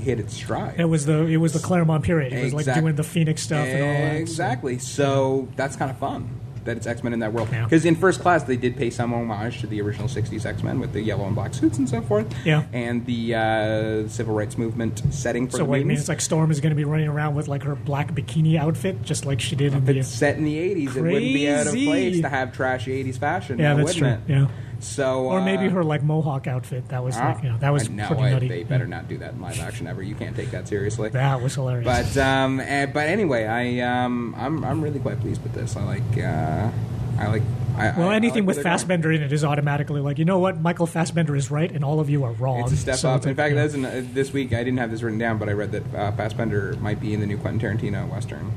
Speaker 3: hit its stride.
Speaker 2: It was the it was the Claremont period. It was like
Speaker 3: Exact-
Speaker 2: doing the Phoenix stuff and all that.
Speaker 3: Exactly. So that's kind of fun that it's X Men in that world.
Speaker 2: Yeah.
Speaker 3: Because in first class, they did pay some homage to the original '60s X Men with the yellow and black suits and so forth.
Speaker 2: Yeah.
Speaker 3: And the uh, civil rights movement setting for
Speaker 2: So
Speaker 3: the
Speaker 2: what it
Speaker 3: mutants.
Speaker 2: means like Storm is going to be running around with like her black bikini outfit, just like she did in
Speaker 3: If
Speaker 2: the.
Speaker 3: it's set in the '80s, it wouldn't be out of
Speaker 2: Crazy.
Speaker 3: place to have trashy '80s fashion.
Speaker 2: Yeah,
Speaker 3: now,
Speaker 2: that's true.
Speaker 3: wouldn't It?
Speaker 2: Yeah.
Speaker 3: So,
Speaker 2: Or maybe
Speaker 3: uh,
Speaker 2: her like mohawk outfit. That was
Speaker 3: ah,
Speaker 2: like, you know, that was
Speaker 3: I- no,
Speaker 2: pretty
Speaker 3: I-
Speaker 2: nutty.
Speaker 3: They better not do that in live action ever. You can't take that seriously.
Speaker 2: That was hilarious.
Speaker 3: But um, eh, but anyway, I um, I'm I'm really quite pleased with this. I like uh, I like. I,
Speaker 2: well,
Speaker 3: I,
Speaker 2: anything
Speaker 3: I like
Speaker 2: with
Speaker 3: where they're going.
Speaker 2: Fassbender in it is automatically like, you know what, Michael Fassbender is right, and all of you are wrong.
Speaker 3: It's a step
Speaker 2: So
Speaker 3: up.
Speaker 2: it's
Speaker 3: In
Speaker 2: like,
Speaker 3: fact,
Speaker 2: yeah.
Speaker 3: that's an, uh, this week. I didn't have this written down, but I read that uh, Fassbender might be in the new Quentin Tarantino western,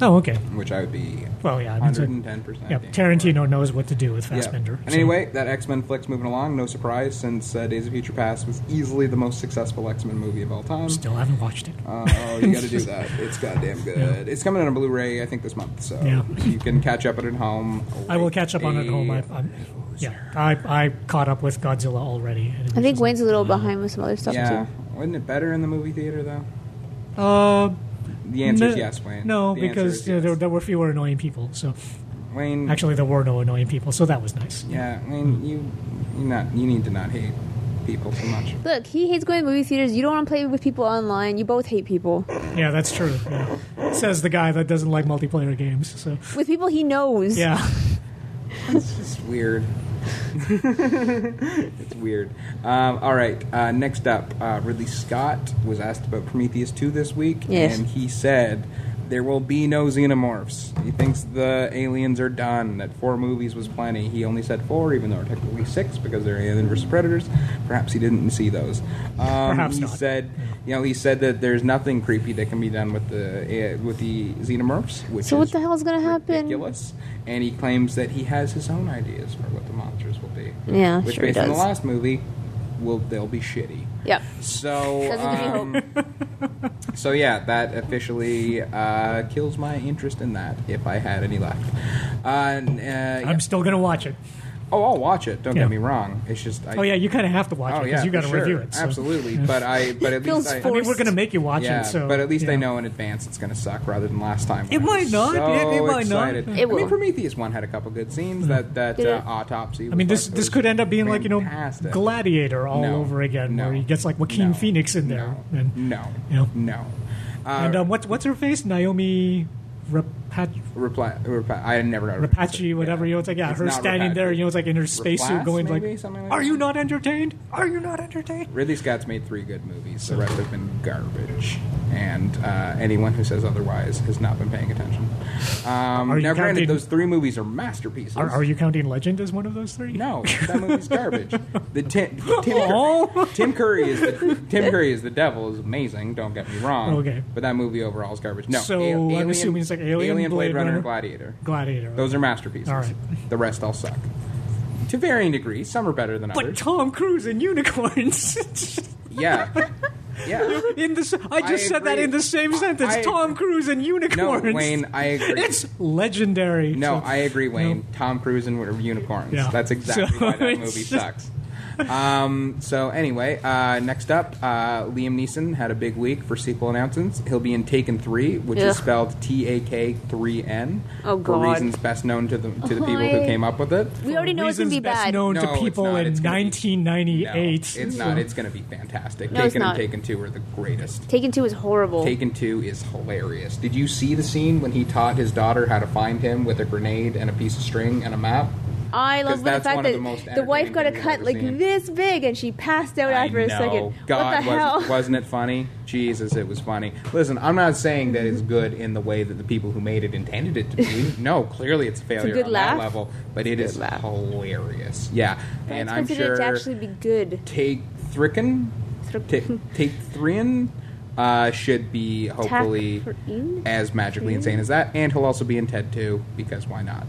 Speaker 2: oh, okay.
Speaker 3: which I would be
Speaker 2: Well, yeah, I mean, it's a-
Speaker 3: 110 percent.
Speaker 2: Yeah, Tarantino knows what to do with
Speaker 3: Yeah.
Speaker 2: Fassbender.
Speaker 3: And
Speaker 2: so-
Speaker 3: anyway, that X Men flick's moving along. No surprise, since uh, Days of Future Past was easily the most successful X Men movie of all time.
Speaker 2: still haven't watched it.
Speaker 3: Uh, oh, you got to do that. It's goddamn good. It's coming out on Blu-ray, I think, this month. So
Speaker 2: Yeah.
Speaker 3: you can catch up at it home.
Speaker 2: I will catch up on it at home. I,
Speaker 3: Like a
Speaker 2: I'm, yeah, I, I caught up with Godzilla already. and it
Speaker 1: I
Speaker 2: was
Speaker 1: think
Speaker 2: just-
Speaker 1: Wayne's a little behind with some other stuff
Speaker 3: Yeah,
Speaker 1: too.
Speaker 3: wasn't it better in the movie theater though?
Speaker 2: Uh,
Speaker 3: The answer is
Speaker 2: no-
Speaker 3: yes, Wayne.
Speaker 2: No,
Speaker 3: The answer
Speaker 2: because
Speaker 3: is
Speaker 2: you know, there,
Speaker 3: yes.
Speaker 2: there were fewer annoying people. So
Speaker 3: Wayne.
Speaker 2: actually, there were no annoying people. So that was nice.
Speaker 3: Yeah, Wayne, you you not you need to not hate people so much.
Speaker 1: Look, he hates going to movie theaters. You don't want to play with people online. You both hate people.
Speaker 2: Yeah, that's true. Yeah. Says the guy that doesn't like multiplayer games. So
Speaker 1: With people he knows.
Speaker 2: yeah,
Speaker 3: It's just weird. it's weird. Um, all right. Uh, next up, uh, Ridley Scott was asked about Prometheus 2 this week,
Speaker 1: Yes.
Speaker 3: and he said there will be no xenomorphs. He thinks the aliens are done. That four movies was plenty. He only said four, even though there are technically six because they're Alien versus Predators. Perhaps he didn't see those. Um,
Speaker 2: Perhaps
Speaker 3: he
Speaker 2: not.
Speaker 3: said, you know, he said that there's nothing creepy that can be done with the uh, with the xenomorphs. Which
Speaker 1: So what
Speaker 3: is
Speaker 1: the hell is gonna happen?
Speaker 3: ridiculous. And he claims that he has his own ideas for what the monsters will be.
Speaker 1: Yeah,
Speaker 3: Which,
Speaker 1: sure he
Speaker 3: based on the
Speaker 1: does.
Speaker 3: last movie, will they'll be shitty.
Speaker 1: Yep.
Speaker 3: So,
Speaker 1: Doesn't give you
Speaker 3: um, so yeah, that officially uh, kills my interest in that if I had any left. Uh, and, uh, yeah.
Speaker 2: I'm still gonna watch it.
Speaker 3: Oh, I'll watch it. Don't
Speaker 2: Yeah.
Speaker 3: get me wrong. It's just I,
Speaker 2: Oh yeah, you kind of have to watch it
Speaker 3: oh
Speaker 2: because
Speaker 3: yeah,
Speaker 2: you got to
Speaker 3: for sure.
Speaker 2: review it. so-
Speaker 3: Absolutely, but I but at
Speaker 1: Feels
Speaker 3: least I,
Speaker 2: I mean, we're gonna make you watch
Speaker 3: yeah,
Speaker 2: it. So,
Speaker 3: but at least
Speaker 2: you
Speaker 3: I know in advance it's going to suck rather than last time. when
Speaker 4: It
Speaker 3: I was
Speaker 4: might not.
Speaker 3: So
Speaker 4: It- it might not.
Speaker 3: excited.
Speaker 4: It
Speaker 3: I
Speaker 1: will.
Speaker 3: mean, Prometheus one had a couple good scenes. That that
Speaker 1: Did
Speaker 3: uh,
Speaker 1: it?
Speaker 3: autopsy.
Speaker 2: Mm-hmm. I mean, this this could end up being like you know,
Speaker 3: fantastic.
Speaker 2: Gladiator all
Speaker 3: No.
Speaker 2: over again,
Speaker 3: No.
Speaker 2: where he gets like Joaquin
Speaker 3: No.
Speaker 2: Phoenix in there,
Speaker 3: No,
Speaker 2: and
Speaker 3: no,
Speaker 2: you know.
Speaker 3: no. Uh,
Speaker 2: and um, what's what's her face, Naomi Rapat-
Speaker 3: reply, reply, I never know.
Speaker 2: Rapace, whatever. You know, it's like yeah,
Speaker 3: It's
Speaker 2: her
Speaker 3: not
Speaker 2: standing
Speaker 3: Rapace.
Speaker 2: there, you know, it's like in her spacesuit,
Speaker 3: Rapace,
Speaker 2: going like,
Speaker 3: maybe? Something like
Speaker 2: "Are
Speaker 3: that.
Speaker 2: you not entertained? Are you not entertained?"
Speaker 3: Ridley Scott's made three good movies. The rest have been garbage, and uh, anyone who says otherwise has not been paying attention. Um,
Speaker 2: Are you
Speaker 3: now,
Speaker 2: counting-
Speaker 3: granted, those three movies are masterpieces.
Speaker 2: Are, are you counting Legend as one of those three?
Speaker 3: No, that movie's garbage. The Tim, Tim,
Speaker 2: Oh.
Speaker 3: Curry, Tim Curry is the Tim Curry is the devil is amazing. Don't get me wrong.
Speaker 2: Okay.
Speaker 3: but that movie overall is garbage. No,
Speaker 2: So, I'm assuming it's like Alien,
Speaker 3: Blade,
Speaker 2: Blade
Speaker 3: Runner,
Speaker 2: Runner.
Speaker 3: and Gladiator.
Speaker 2: Gladiator.
Speaker 3: Those are masterpieces.
Speaker 2: All right.
Speaker 3: The rest all suck. To varying degrees, some are better than
Speaker 4: But
Speaker 3: others.
Speaker 4: Tom Cruise and unicorns.
Speaker 3: yeah, yeah.
Speaker 4: in this, I just said that
Speaker 3: agree.
Speaker 4: in the same sentence.
Speaker 3: I-
Speaker 4: Tom Cruise and
Speaker 3: No,
Speaker 4: unicorns.
Speaker 3: Wayne, I agree.
Speaker 4: It's
Speaker 2: legendary.
Speaker 3: no,
Speaker 2: So-
Speaker 3: I agree, Wayne. Tom Cruise and unicorns.
Speaker 2: Yeah.
Speaker 3: That's exactly
Speaker 4: So,
Speaker 3: why that movie
Speaker 4: it's just-
Speaker 3: sucks. Um, so anyway, uh, next up, uh, Liam Neeson had a big week for sequel announcements. He'll be in Taken Three, which
Speaker 1: Ugh.
Speaker 3: is spelled T A K three N.
Speaker 1: Oh,
Speaker 3: For
Speaker 1: God.
Speaker 3: reasons best known to the to the people who
Speaker 1: I-
Speaker 3: came up with it.
Speaker 1: We already know it's gonna
Speaker 2: reasons
Speaker 1: be
Speaker 2: best
Speaker 1: bad.
Speaker 2: known
Speaker 3: No,
Speaker 2: to
Speaker 3: it's
Speaker 2: people
Speaker 3: not.
Speaker 2: in
Speaker 3: It's gonna be- No,
Speaker 2: 1998.
Speaker 3: it's not. It's going to be fantastic.
Speaker 1: No, it's
Speaker 3: Taken
Speaker 1: not.
Speaker 3: and Taken Two are the greatest.
Speaker 1: Taken Two is horrible.
Speaker 3: Taken 2 is hilarious. Did you see the scene when he taught his daughter how to find him with a grenade and a piece of string and a map?
Speaker 1: I love
Speaker 3: 'Cause
Speaker 1: the
Speaker 3: that's
Speaker 1: fact
Speaker 3: one of
Speaker 1: that
Speaker 3: the most
Speaker 1: the wife got a
Speaker 3: entertaining
Speaker 1: cut
Speaker 3: things
Speaker 1: like
Speaker 3: I've ever seen.
Speaker 1: this big, and she passed out after a
Speaker 3: I know.
Speaker 1: second.
Speaker 3: God,
Speaker 1: what the hell?
Speaker 3: wasn't, wasn't it funny? Jesus, it was funny. Listen, I'm not saying that it's good in the way that the people who made it intended it to be. No, clearly it's a failure
Speaker 1: good
Speaker 3: on
Speaker 1: laugh.
Speaker 3: that level, but it is
Speaker 1: laugh.
Speaker 3: hilarious. Yeah,
Speaker 1: I
Speaker 3: and I'm
Speaker 1: expected
Speaker 3: sure
Speaker 1: it to actually be good.
Speaker 3: Take Thricken,
Speaker 1: Thrick-
Speaker 3: Take Thricken uh, should be hopefully
Speaker 1: Tack-for-in?
Speaker 3: as magically insane as that, and he'll also be in Ted 2 because why not?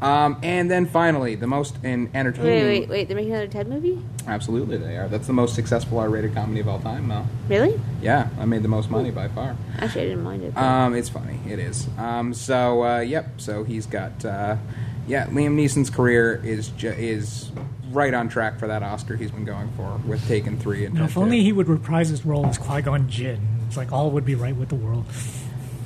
Speaker 3: Um, and then finally, the most en- entertaining.
Speaker 1: Wait, wait, wait! They're making another Ted movie?
Speaker 3: Absolutely, they are. That's the most successful R-rated comedy of all time, Mel.
Speaker 1: Really?
Speaker 3: Yeah, I made the most money by far.
Speaker 1: Actually, I didn't mind it. but-
Speaker 3: Um, it's funny. It is. Um, so uh, yep. So he's got. Uh, yeah, Liam Neeson's career is ju- is right on track for that Oscar he's been going for with Taken Three and
Speaker 2: Now,
Speaker 3: Ted
Speaker 2: if only
Speaker 3: Two.
Speaker 2: he would reprise his role as Qui Gon Jinn. It's like all would be right with the world.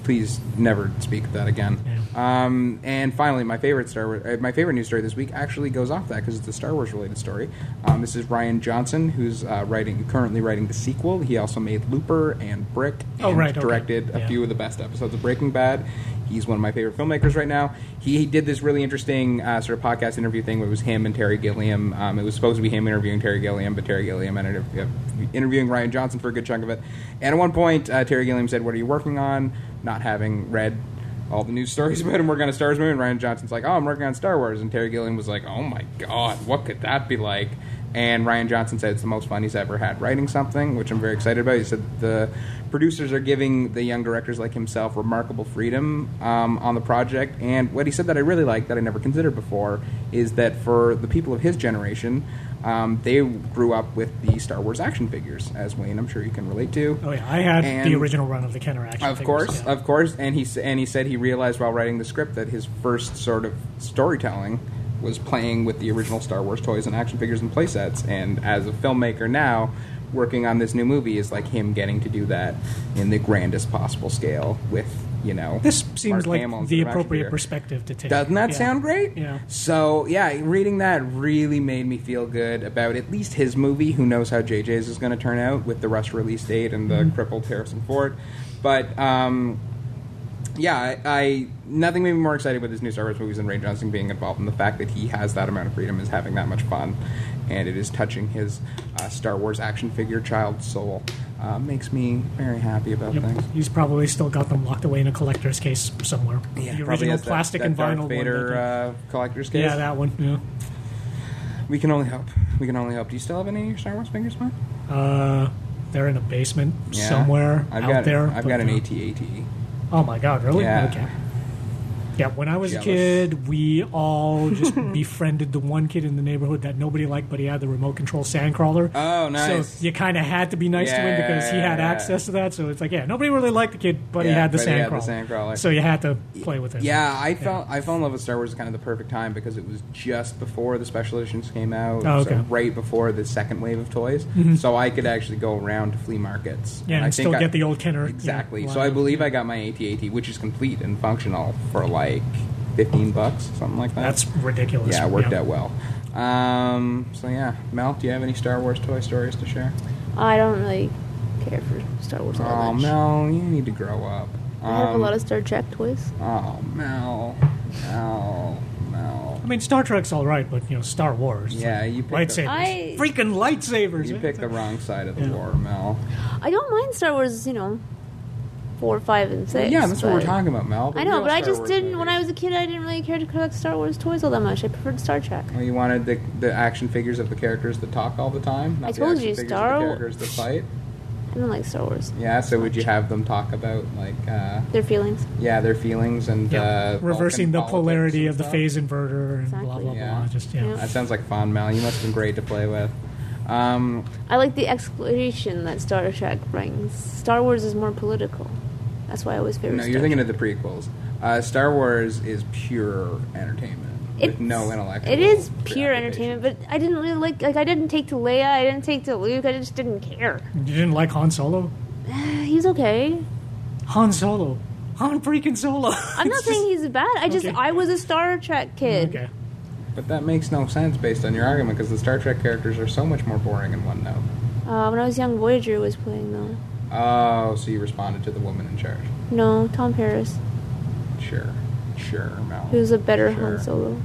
Speaker 3: Please never speak of that again. Um, and finally, my favorite Star Wars, uh, my favorite news story this week actually goes off that because it's a Star Wars related story. Um, this is Ryan Johnson, who's uh, writing currently writing the sequel. He also made Looper and Brick.
Speaker 2: Oh,
Speaker 3: and
Speaker 2: right, okay.
Speaker 3: Directed a
Speaker 2: Yeah.
Speaker 3: few of the best episodes of Breaking Bad. He's one of my favorite filmmakers right now. He did this really interesting uh, sort of podcast interview thing where it was him and Terry Gilliam. Um, it was supposed to be him interviewing Terry Gilliam, but Terry Gilliam ended up uh, interviewing Ryan Johnson for a good chunk of it. And at one point, uh, Terry Gilliam said, What are you working on? Not having read all the news stories about him working on a Star Wars movie. And Ryan Johnson's like, Oh, I'm working on Star Wars. And Terry Gilliam was like, Oh my God, what could that be like? And Ryan Johnson said it's the most fun he's ever had writing something, which I'm very excited about. He said the producers are giving the young directors like himself remarkable freedom um, on the project. And what he said that I really like that I never considered before is that for the people of his generation, um, they grew up with the Star Wars action figures, as Wayne, I'm sure you can relate to.
Speaker 2: Oh yeah, I had
Speaker 3: And-
Speaker 2: the original run of the Kenner action.
Speaker 3: Of
Speaker 2: figures,
Speaker 3: course,
Speaker 2: yeah.
Speaker 3: of course, and he s- and he said he realized while writing the script that his first sort of storytelling was playing with the original Star Wars toys and action figures and playsets. And as a filmmaker now, working on this new movie is like him getting to do that in the grandest possible scale with you know.
Speaker 2: this
Speaker 3: Mark
Speaker 2: seems like
Speaker 3: Hamill instead
Speaker 2: the
Speaker 3: of action
Speaker 2: appropriate
Speaker 3: figure.
Speaker 2: perspective to take.
Speaker 3: Doesn't that
Speaker 2: Yeah.
Speaker 3: sound great?
Speaker 2: Yeah.
Speaker 3: So yeah, reading that really made me feel good about at least his movie. Who knows how JJ's is going to turn out with the rush release date and
Speaker 2: Mm-hmm.
Speaker 3: the crippled Harrison Ford, but um, yeah, I, I nothing made me more excited with his new Star Wars movies than Ray Johnson being involved, and the fact that he has that amount of freedom is having that much fun, and it is touching his uh, Star Wars action figure child soul. Uh, makes me very happy about
Speaker 2: Yep.
Speaker 3: things.
Speaker 2: He's probably still got them locked away in a collector's case somewhere. the
Speaker 3: Yeah, probably
Speaker 2: original
Speaker 3: has that-
Speaker 2: plastic
Speaker 3: that
Speaker 2: and
Speaker 3: Darth
Speaker 2: vinyl. one,
Speaker 3: Vader
Speaker 2: I
Speaker 3: uh, collector's
Speaker 2: think.
Speaker 3: case.
Speaker 2: yeah, that one. Yeah.
Speaker 3: We can only hope. We can only hope. Do you still have any of your Star Wars fingers, man?
Speaker 2: Uh, they're in a basement somewhere
Speaker 3: I've
Speaker 2: out
Speaker 3: got,
Speaker 2: there.
Speaker 3: I've
Speaker 2: but,
Speaker 3: got an
Speaker 2: uh,
Speaker 3: AT-AT.
Speaker 2: Oh my god, really?
Speaker 3: Yeah.
Speaker 2: Okay. Yeah, when I was
Speaker 3: Jealous.
Speaker 2: a kid, we all just befriended the one kid in the neighborhood that nobody liked, but he had the remote control sandcrawler.
Speaker 3: Oh, nice.
Speaker 2: So you kind of had to be nice to him
Speaker 3: Yeah,
Speaker 2: because he
Speaker 3: yeah,
Speaker 2: had
Speaker 3: yeah.
Speaker 2: access to that. So it's like, yeah, nobody really liked the kid, but he
Speaker 3: Yeah,
Speaker 2: had the
Speaker 3: but he had the
Speaker 2: sandcrawler.
Speaker 3: Sandcrawler.
Speaker 2: So you had to play with him.
Speaker 3: Yeah, I fell I fell in love with Star Wars at kind of the perfect time because it was just before the special editions came out,
Speaker 2: Oh,
Speaker 3: so
Speaker 2: okay. Mm-hmm.
Speaker 3: right before the second wave of toys. So I could actually go around to flea markets.
Speaker 2: Yeah, and
Speaker 3: I
Speaker 2: still get the old Kenner, you know,
Speaker 3: Exactly. so
Speaker 2: line.
Speaker 3: I believe I got my AT-AT, which is complete and functional for like fifteen bucks, something like that.
Speaker 2: That's ridiculous.
Speaker 3: Uh, yeah, it worked out well. Um, so yeah, Mel, do you have any Star Wars toy stories to share?
Speaker 1: I don't really care for Star Wars all that
Speaker 3: Oh,
Speaker 1: much.
Speaker 3: Mel, you need to grow up.
Speaker 1: I have a
Speaker 3: Um,
Speaker 1: lot of Star Trek toys.
Speaker 3: Oh, Mel, Mel, Mel.
Speaker 2: I mean, Star Trek's all right, but you know, Star Wars.
Speaker 3: Yeah, you picked up-
Speaker 2: lightsaber.
Speaker 1: I
Speaker 4: Freaking lightsabers.
Speaker 3: You
Speaker 4: eh?
Speaker 3: picked the wrong side of the
Speaker 2: Yeah.
Speaker 3: war, Mel.
Speaker 1: I don't mind Star Wars, you know, four, five, and six.
Speaker 3: yeah, that's what we're
Speaker 1: but-
Speaker 3: talking about, Mel.
Speaker 1: I know, but I just didn't. When I was a kid, I didn't really care to collect Star Wars toys all that much. I preferred Star Trek.
Speaker 3: Well, you wanted the, the action figures of the characters that talk all the time. Not
Speaker 1: I
Speaker 3: the
Speaker 1: told
Speaker 3: action
Speaker 1: you,
Speaker 3: figures
Speaker 1: Star-
Speaker 3: Of the characters that fight.
Speaker 1: I didn't like Star Wars.
Speaker 3: Yeah. So would you have them talk about like, uh,
Speaker 1: Their feelings.
Speaker 3: yeah, their feelings and uh,
Speaker 2: Yeah. reversing
Speaker 3: Vulcan
Speaker 2: the
Speaker 3: politics
Speaker 2: polarity
Speaker 3: and
Speaker 2: of the
Speaker 3: stuff?
Speaker 2: phase inverter and blah
Speaker 1: Exactly.
Speaker 2: blah
Speaker 3: Yeah.
Speaker 2: blah. Just yeah.
Speaker 1: Yeah.
Speaker 3: That sounds like fun, Mel. You must have been great to play with. Um,
Speaker 1: I like the exploration that Star Trek brings. Star Wars is more political. That's why I always favor.
Speaker 3: no, you're thinking of the prequels. Uh, Star Wars is pure entertainment with no intellectual.
Speaker 1: It is pure
Speaker 3: preoccupation.
Speaker 1: entertainment, but I didn't really like. Like I didn't take to Leia. I didn't take to Luke. I just didn't care.
Speaker 2: You didn't like Han Solo?
Speaker 1: He's okay.
Speaker 2: Han Solo. Han freaking Solo.
Speaker 1: I'm not saying he's bad. I just
Speaker 2: Okay.
Speaker 1: I was a Star Trek kid.
Speaker 2: Okay.
Speaker 3: But that makes no sense based on your argument because the Star Trek characters are so much more boring in one note.
Speaker 1: Uh, when I was young, Voyager was playing though.
Speaker 3: Oh, so you responded to the woman in charge.
Speaker 1: No, Tom Paris.
Speaker 3: Sure. Sure, Mel.
Speaker 1: Who's a better
Speaker 3: Sure.
Speaker 1: Han Solo?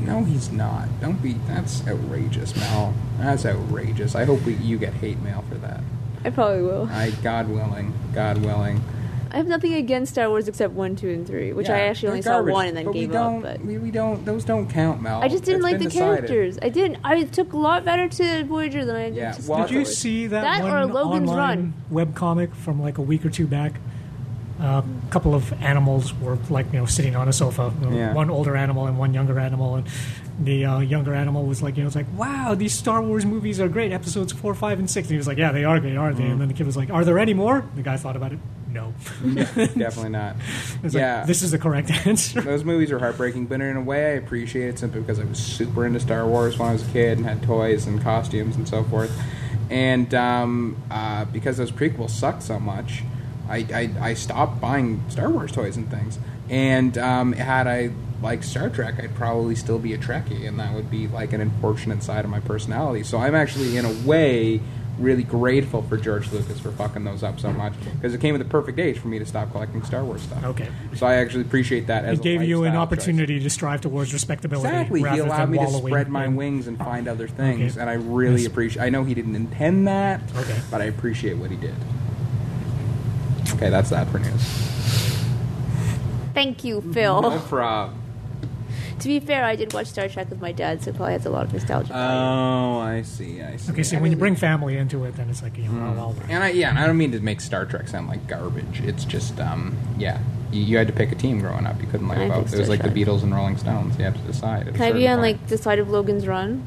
Speaker 3: No, he's not. Don't be. That's outrageous, Mel. That's outrageous. I hope we, you get hate mail for that.
Speaker 1: I probably will.
Speaker 3: I, God willing, God willing.
Speaker 1: I have nothing against Star Wars except one, two, and three, which I
Speaker 3: Yeah,
Speaker 1: actually only
Speaker 3: they're garbage,
Speaker 1: saw one and then
Speaker 3: but
Speaker 1: gave
Speaker 3: we don't,
Speaker 1: up. But
Speaker 3: we, we don't. Those don't count, Mel.
Speaker 1: I just didn't
Speaker 3: Oh, It's
Speaker 1: like
Speaker 3: been
Speaker 1: the
Speaker 3: decided.
Speaker 1: characters. I didn't. I took a lot better to Voyager than I did.
Speaker 3: Yeah,
Speaker 1: to
Speaker 3: well,
Speaker 1: Star
Speaker 2: Did you
Speaker 1: Wars.
Speaker 2: see that,
Speaker 1: That
Speaker 2: one
Speaker 1: or Logan's
Speaker 2: online webcomic from like a week or two back? Uh, a couple of animals were like you know sitting on a sofa. You know,
Speaker 3: Yeah.
Speaker 2: One older animal and one younger animal, and the uh, younger animal was like you know it's like wow these Star Wars movies are great episodes four, five, and six. And he was like yeah they are great aren't they?
Speaker 3: Mm.
Speaker 2: And then the kid was like are there any more? The guy thought about it. No.
Speaker 3: Definitely not.
Speaker 2: It was
Speaker 3: yeah.
Speaker 2: like, this is the correct answer.
Speaker 3: Those movies are heartbreaking, but in a way, I appreciate it simply because I was super into Star Wars when I was a kid and had toys and costumes and so forth. And um, uh, because those prequels sucked so much, I, I, I stopped buying Star Wars toys and things. And um, had I liked Star Trek, I'd probably still be a Trekkie, and that would be like an unfortunate side of my personality. So I'm actually, in a way, really grateful for George Lucas for fucking those up so much because it came at the perfect age for me to stop collecting Star Wars stuff.
Speaker 2: Okay.
Speaker 3: So I actually appreciate that. As
Speaker 2: It gave
Speaker 3: a
Speaker 2: you an
Speaker 3: lifestyle
Speaker 2: opportunity to strive towards respectability.
Speaker 3: Choice. Exactly. He
Speaker 2: rather
Speaker 3: allowed
Speaker 2: than
Speaker 3: me to
Speaker 2: wallowing
Speaker 3: spread my
Speaker 2: in-
Speaker 3: wings and find other things,
Speaker 2: Okay.
Speaker 3: and I really
Speaker 2: Yes.
Speaker 3: appreciate. I know he didn't intend that,
Speaker 2: Okay.
Speaker 3: but I appreciate what he did. Okay, that's that for news.
Speaker 1: Thank you,
Speaker 3: No
Speaker 1: Phil.
Speaker 2: Mm-hmm.
Speaker 3: prob.
Speaker 1: to be fair, I did watch Star Trek with my dad, so it probably has a lot of nostalgia. value.
Speaker 3: Oh, I see. I see.
Speaker 2: Okay, so
Speaker 3: I
Speaker 2: when you
Speaker 3: see.
Speaker 2: bring family into it, then it's like you know, well, well,
Speaker 3: And I, yeah, and I don't mean to make Star Trek sound like garbage. It's just, um, yeah, you, you had to pick a team growing up. You couldn't like
Speaker 1: I
Speaker 3: both.
Speaker 1: think
Speaker 3: It was
Speaker 1: so,
Speaker 3: like the
Speaker 1: sure.
Speaker 3: Beatles and Rolling Stones. You had to decide. at a
Speaker 1: Can I be
Speaker 3: certain
Speaker 1: on
Speaker 3: point.
Speaker 1: like the side of Logan's Run?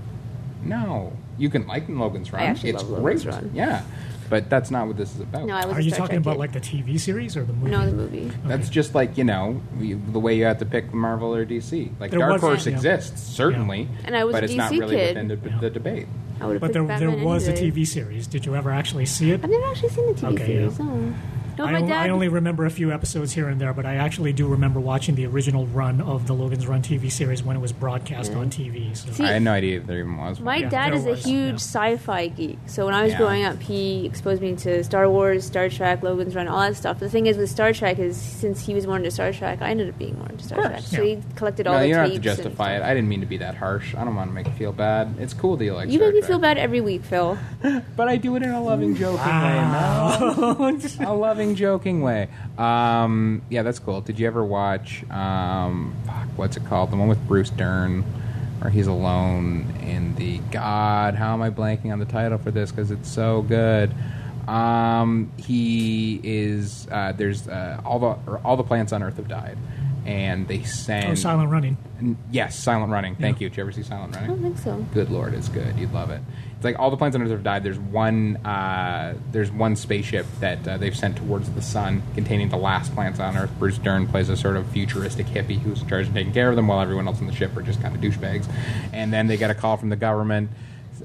Speaker 3: No, you can like Logan's Run.
Speaker 1: I actually
Speaker 3: it's
Speaker 1: love
Speaker 3: great.
Speaker 1: Logan's Run.
Speaker 3: Yeah, but that's not what this is about.
Speaker 1: No, I was.
Speaker 2: Are
Speaker 1: a
Speaker 2: you
Speaker 1: Star
Speaker 2: talking
Speaker 1: Trek
Speaker 2: about
Speaker 1: kid.
Speaker 2: like the TV series or the movie?
Speaker 1: No, the movie.
Speaker 3: that's just like you know you- the way you have to pick Marvel or DC. Like
Speaker 2: There
Speaker 3: Dark
Speaker 2: was-
Speaker 3: Horse
Speaker 2: yeah.
Speaker 3: exists certainly,
Speaker 1: And I was
Speaker 3: but
Speaker 1: a
Speaker 3: it's not
Speaker 1: DC
Speaker 3: really
Speaker 1: kid.
Speaker 3: within the,
Speaker 2: Yeah.
Speaker 3: the debate.
Speaker 1: I would have
Speaker 2: But
Speaker 1: picked
Speaker 2: there, there
Speaker 1: Batman
Speaker 2: was a
Speaker 1: anyway.
Speaker 2: TV series. Did you ever actually see it?
Speaker 1: I've never actually seen the TV
Speaker 2: Okay,
Speaker 1: series.
Speaker 2: yeah.
Speaker 1: No. No,
Speaker 2: I,
Speaker 1: my
Speaker 2: on-
Speaker 1: dad.
Speaker 2: I only remember a few episodes here and there, but I actually do remember watching the original run of the Logan's Run TV series when it was broadcast on TV. So.
Speaker 1: See,
Speaker 3: I had no idea if there even was.
Speaker 1: My
Speaker 3: one.
Speaker 2: Yeah,
Speaker 1: dad
Speaker 2: there
Speaker 1: is a
Speaker 2: was,
Speaker 1: huge
Speaker 2: yeah.
Speaker 1: sci-fi geek. So when I was
Speaker 3: Yeah.
Speaker 1: growing up, he exposed me to Star Wars, Star Trek, Logan's Run, all that stuff. The thing is with Star Trek is since he was more into Star Trek, I ended up being more into Star Trek. So
Speaker 2: Yeah.
Speaker 1: he collected all
Speaker 3: no,
Speaker 1: the
Speaker 3: you don't have
Speaker 1: tapes.
Speaker 3: to
Speaker 1: and
Speaker 3: justify it.
Speaker 1: stuff.
Speaker 3: I didn't mean to be that harsh. I don't want to make you feel bad. It's cool that you like.
Speaker 1: You
Speaker 3: Star
Speaker 1: make me
Speaker 3: Trek.
Speaker 1: feel bad every week, Phil.
Speaker 3: but I do it in a loving, joking
Speaker 2: Ah,
Speaker 3: way. Mel. a loving, joking way. Um, yeah, that's cool. Did you ever watch? Um, fuck, what's it called? The one with Bruce Dern, where he's alone in the God. How am I blanking on the title for this? Because it's so good. Um, he is. Uh, there's uh, all the or all the plants on Earth have died. and they sang.
Speaker 2: Oh, silent running.
Speaker 3: N- Yes, Silent Running. Thank you. Did you ever see Silent Running?
Speaker 1: I don't think so.
Speaker 3: Good lord, it's good. You'd love it. It's like all the planes on Earth have died. There's one. Uh, there's one spaceship that uh, they've sent towards the sun, containing the last plants on Earth. Bruce Dern plays a sort of futuristic hippie who's in charge of taking care of them, while everyone else on the ship are just kind of douchebags. And then they get a call from the government.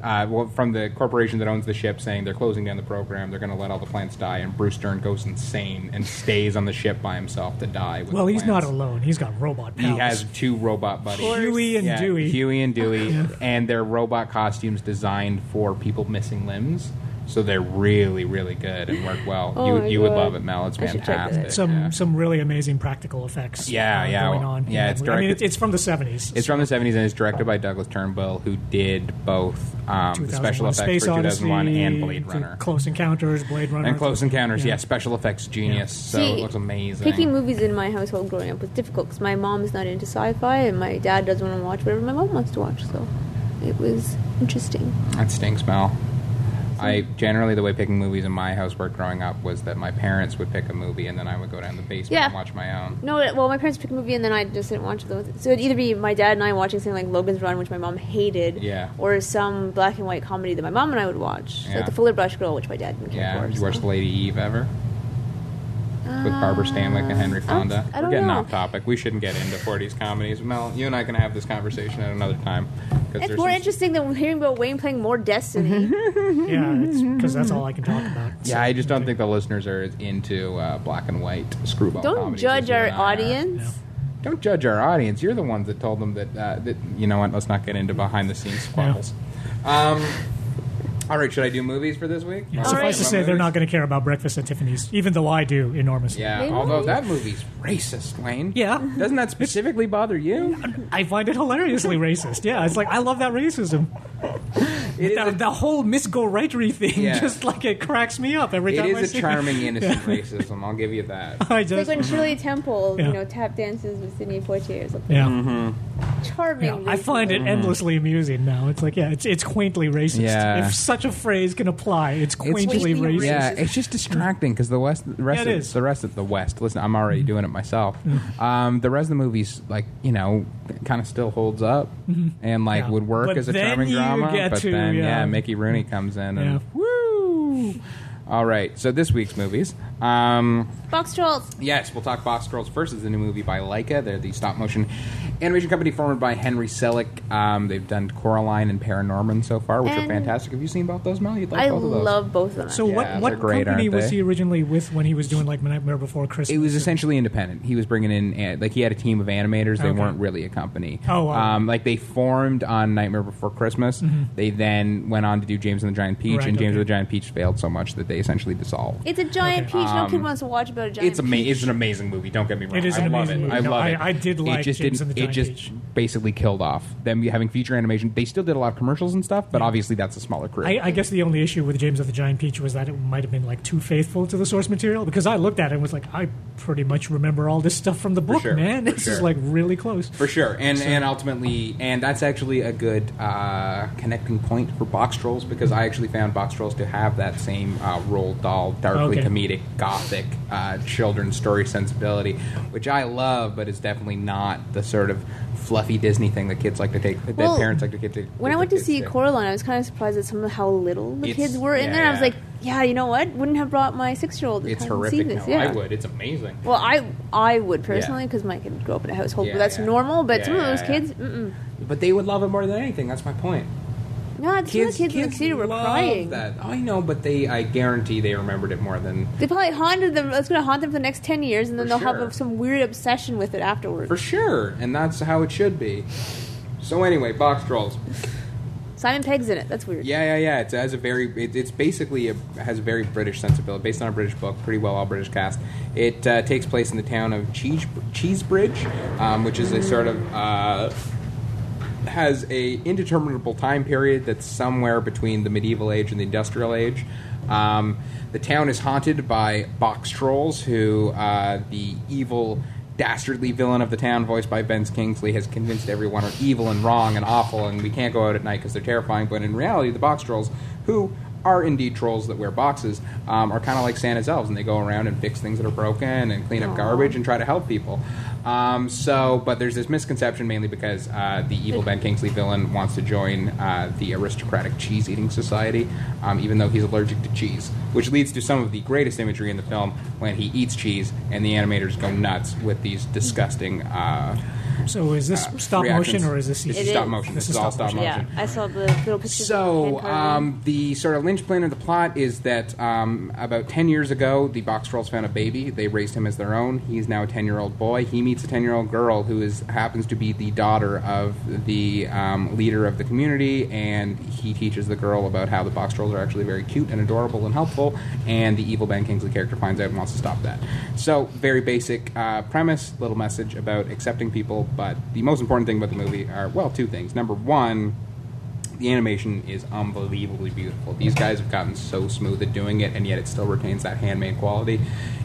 Speaker 3: Uh, well, from the corporation that owns the ship, saying they're closing down the program, they're going to let all the plants die, and Bruce Dern goes insane and stays on the ship by himself to die. With
Speaker 2: Well,
Speaker 3: the
Speaker 2: he's not
Speaker 3: plants.
Speaker 2: alone. He's got robot
Speaker 3: He
Speaker 2: pals.
Speaker 3: has two robot buddies.
Speaker 2: Huey and
Speaker 3: Yeah,
Speaker 2: Dewey.
Speaker 3: Huey and Dewey, and their robot costumes designed for people missing limbs. So they're really, really good and work well.
Speaker 1: Oh
Speaker 3: you
Speaker 1: my
Speaker 3: you would
Speaker 1: God.
Speaker 3: love it, Mel. It's
Speaker 1: I should check that out.
Speaker 3: fantastic.
Speaker 2: some
Speaker 3: yeah.
Speaker 2: some really amazing practical effects.
Speaker 3: Yeah,
Speaker 2: uh,
Speaker 3: yeah.
Speaker 2: going on.
Speaker 3: Yeah, it's
Speaker 2: I mean,
Speaker 3: directed-
Speaker 2: it's, it's from the seventies.
Speaker 3: It's from the 70s and it's directed by Douglas Turnbull, who did both um, the special effects
Speaker 2: Space
Speaker 3: for 2001
Speaker 2: Odyssey,
Speaker 3: and Blade
Speaker 2: the
Speaker 3: Runner.
Speaker 2: Close Encounters, Blade Runner,
Speaker 3: And Close Encounters, yeah,
Speaker 2: Yeah.
Speaker 3: special effects genius. So
Speaker 1: See,
Speaker 3: it looks amazing.
Speaker 1: Picking movies in my household growing up was difficult because my mom's not into sci-fi and my dad doesn't want to watch whatever my mom wants to watch. So it was interesting.
Speaker 3: That stinks, Mel. I generally the way picking movies in my house worked growing up was that my parents would pick a movie and then I would go down the basement
Speaker 1: Yeah.
Speaker 3: and watch my own.
Speaker 1: No, it- well, my parents picked a movie and then I just didn't watch those. So it'd either be my dad and I watching something like Logan's Run, which my mom hated,
Speaker 3: Yeah.
Speaker 1: or some black and white comedy that my mom and I would watch,
Speaker 3: Yeah.
Speaker 1: like The Fuller Brush Girl, which my dad didn't care
Speaker 3: Yeah,
Speaker 1: for.
Speaker 3: did you
Speaker 1: so.
Speaker 3: watch Lady Eve ever? With Barbara Stanwyck and Henry
Speaker 1: Uh,
Speaker 3: Fonda.
Speaker 1: I don't
Speaker 3: We're getting
Speaker 1: know.
Speaker 3: off topic. We shouldn't get into 40s comedies. Mel, you and I can have this conversation at another time. 'cause
Speaker 1: It's
Speaker 3: there's
Speaker 1: more
Speaker 3: some-
Speaker 1: interesting than hearing about Wayne playing more Destiny.
Speaker 2: yeah, because that's all I can talk about.
Speaker 3: Yeah, I just don't think the listeners are as into uh, black and white screwball.
Speaker 1: Don't
Speaker 3: comedies as
Speaker 1: judge
Speaker 3: you
Speaker 1: our
Speaker 3: and I are.
Speaker 1: audience.
Speaker 2: Yeah.
Speaker 3: Don't judge our audience. You're the ones that told them that. Uh, that you know what? Let's not get into behind the scenes squabbles. Um, all right, should I do movies for this week?
Speaker 2: Yeah,
Speaker 3: Wanna
Speaker 2: suffice
Speaker 3: talk
Speaker 2: to
Speaker 3: about
Speaker 2: say, they're
Speaker 3: movies?
Speaker 2: not going to care about Breakfast at Tiffany's, even though I do enormously.
Speaker 3: Yeah,
Speaker 1: They
Speaker 3: although
Speaker 1: might.
Speaker 3: that movie's racist, Wayne.
Speaker 2: Yeah.
Speaker 3: Doesn't that specifically bother you?
Speaker 2: I find it hilariously racist. Yeah, it's like I love that racism.
Speaker 3: It is
Speaker 2: That,
Speaker 3: a-
Speaker 2: the whole Miss Go Rightery thing,
Speaker 3: Yeah.
Speaker 2: just like it cracks me up every
Speaker 3: It
Speaker 2: time I
Speaker 3: is
Speaker 2: see
Speaker 3: a charming, innocent racism. I'll give you that.
Speaker 2: I
Speaker 1: It's
Speaker 2: just,
Speaker 1: like when Shirley Temple,
Speaker 2: Yeah.
Speaker 1: you know, tap dances with Sidney Poitier or something.
Speaker 2: yeah,
Speaker 3: Mm-hmm.
Speaker 2: yeah.
Speaker 1: Charming.
Speaker 2: I find it endlessly amusing now. It's like, yeah, it's it's quaintly racist.
Speaker 3: Yeah.
Speaker 2: If such a phrase can apply, it's quaintly
Speaker 1: Quaintly
Speaker 2: racist.
Speaker 1: racist.
Speaker 3: Yeah, it's just distracting because the West, the rest,
Speaker 2: Yeah, it
Speaker 3: of,
Speaker 2: is. Mm-hmm.
Speaker 3: the rest of the West. Listen, I'm already doing it myself. Um, the rest of the movies, like you know, kind of still holds up and like
Speaker 2: Mm-hmm. Yeah.
Speaker 3: would work
Speaker 2: But
Speaker 3: as a
Speaker 2: then
Speaker 3: charming
Speaker 2: you
Speaker 3: drama.
Speaker 2: get
Speaker 3: but
Speaker 2: to,
Speaker 3: then, yeah.
Speaker 2: yeah.
Speaker 3: Mickey Rooney comes in
Speaker 2: Yeah.
Speaker 3: and woo. All right, so this week's movies. Um,
Speaker 1: Box Trolls.
Speaker 3: Yes, we'll talk Box Girls First is the new movie by Leica. They're the stop motion animation company formed by Henry Selick. Um, they've done Coraline and Paranorman so far, which are
Speaker 1: And-
Speaker 3: fantastic. Have you seen both those, Mel? You'd like
Speaker 1: I
Speaker 3: both of those.
Speaker 1: love both of them.
Speaker 2: So
Speaker 1: actually.
Speaker 3: Yeah,
Speaker 2: what
Speaker 3: they're
Speaker 2: what
Speaker 3: great,
Speaker 2: company
Speaker 3: aren't
Speaker 2: was
Speaker 3: they?
Speaker 2: he originally with when he was doing like Nightmare Before Christmas?
Speaker 3: It was essentially independent. He was bringing in uh, like he had a team of animators. They
Speaker 2: Okay.
Speaker 3: weren't really a company.
Speaker 2: Oh, wow. Mm-hmm.
Speaker 3: um, like they formed on Nightmare Before Christmas. They then went on to do James and the Giant Peach,
Speaker 2: Right,
Speaker 3: and James
Speaker 2: okay.
Speaker 3: and the Giant Peach failed so much that they essentially dissolved.
Speaker 1: It's a giant
Speaker 2: Okay.
Speaker 1: peach. no kid wants to watch about a giant
Speaker 3: Um, It's ama- It's an amazing movie. Don't get me wrong.
Speaker 2: It is
Speaker 3: I
Speaker 2: an
Speaker 3: love
Speaker 2: amazing
Speaker 3: it.
Speaker 2: movie.
Speaker 3: I
Speaker 2: No,
Speaker 3: love
Speaker 2: I-
Speaker 3: it.
Speaker 2: I did
Speaker 3: it
Speaker 2: like
Speaker 3: just
Speaker 2: James
Speaker 3: didn't,
Speaker 2: and the Giant
Speaker 3: It just
Speaker 2: Peach.
Speaker 3: basically killed off them having feature animation. They still did a lot of commercials and stuff, but obviously that's a smaller crew.
Speaker 2: I, I guess the only issue with James of the Giant Peach was that it might have been like too faithful to the source material because I looked at it and was like, I pretty much remember all this stuff from the book,
Speaker 3: sure,
Speaker 2: man.
Speaker 3: for
Speaker 2: This is
Speaker 3: sure.
Speaker 2: like really close.
Speaker 3: for sure, and and ultimately, and that's actually a good uh, connecting point for Box Trolls because I actually found Box Trolls to have that same uh, roll doll, darkly
Speaker 2: Okay.
Speaker 3: comedic, gothic uh, children's story sensibility, which I love, but it's definitely not the sort of fluffy Disney thing that kids like to take, that
Speaker 1: Well,
Speaker 3: parents like to take.
Speaker 1: When I
Speaker 3: take
Speaker 1: went
Speaker 3: their
Speaker 1: to
Speaker 3: kids
Speaker 1: see Coraline, I was kind of surprised at some of how little the
Speaker 3: It's-
Speaker 1: kids were in
Speaker 3: yeah,
Speaker 1: there. I was
Speaker 3: yeah.
Speaker 1: like, yeah, you know what? Wouldn't have brought my six-year-old. to
Speaker 3: It's
Speaker 1: come and
Speaker 3: horrific.
Speaker 1: See this.
Speaker 3: no,
Speaker 1: yeah.
Speaker 3: I would. It's amazing.
Speaker 1: Well, I I would personally because my kid grew up in a household
Speaker 3: Yeah,
Speaker 1: where that's
Speaker 3: yeah.
Speaker 1: normal. But
Speaker 3: Yeah,
Speaker 1: some of
Speaker 3: yeah,
Speaker 1: those
Speaker 3: yeah.
Speaker 1: kids, mm-mm.
Speaker 3: But they would love it more than anything. That's my point.
Speaker 1: no, some of the kids in the theater were
Speaker 3: love
Speaker 1: crying.
Speaker 3: That. I know, but they, I guarantee they remembered it more than.
Speaker 1: They probably haunted them. That's going to haunt them for the next ten years, and then
Speaker 3: For
Speaker 1: they'll
Speaker 3: sure.
Speaker 1: have some weird obsession with it afterwards.
Speaker 3: For sure. And that's how it should be. So, anyway, Box Trolls.
Speaker 1: Simon Pegg's in it. That's weird.
Speaker 3: Yeah, yeah, yeah. It's has a very. It, it's basically a, has a very British sensibility, based on a British book. Pretty well all British cast. It uh, takes place in the town of Cheese Cheesebridge, um, which is a sort of. Uh, has a indeterminable time period that's somewhere between the medieval age and the industrial age. Um, the town is haunted by box trolls, who uh, the evil, dastardly villain of the town, voiced by Ben Kingsley, has convinced everyone are evil and wrong and awful, and we can't go out at night because they're terrifying. But in reality, the box trolls, who are indeed trolls that wear boxes, um, are kind of like Santa's elves, and they go around and fix things that are broken and clean up garbage and try to help people. Um, so, but there's this misconception mainly because uh, the evil Ben Kingsley villain wants to join uh, the aristocratic cheese eating society, um, even though he's allergic to cheese, which leads to some of the greatest imagery in the film when he eats cheese and the animators go nuts with these disgusting. Uh,
Speaker 2: So is this
Speaker 3: uh,
Speaker 2: stop
Speaker 3: reactions.
Speaker 2: motion or is this
Speaker 3: This
Speaker 2: CG?
Speaker 3: is
Speaker 1: It
Speaker 3: stop
Speaker 1: is.
Speaker 3: motion.
Speaker 2: This is
Speaker 3: This, is all
Speaker 2: stop
Speaker 3: stop motion.
Speaker 1: Yeah, I saw the little pictures.
Speaker 3: So,
Speaker 1: of hand
Speaker 3: um, the sort of linchpin of the plot is that um, about 10 years ago, the Box Trolls found a baby. They raised him as their own. He's now a 10 year old boy. He meets a 10 year old girl who is happens to be the daughter of the um, leader of the community, and he teaches the girl about how the Box Trolls are actually very cute and adorable and helpful, and the evil Ben Kingsley character finds out and wants to stop that. So, very basic uh, premise, little message about accepting people, but the most important thing about the movie are, well, two things. Number one, the animation is unbelievably beautiful. These guys have gotten so smooth at doing it, and yet it still retains that handmade quality.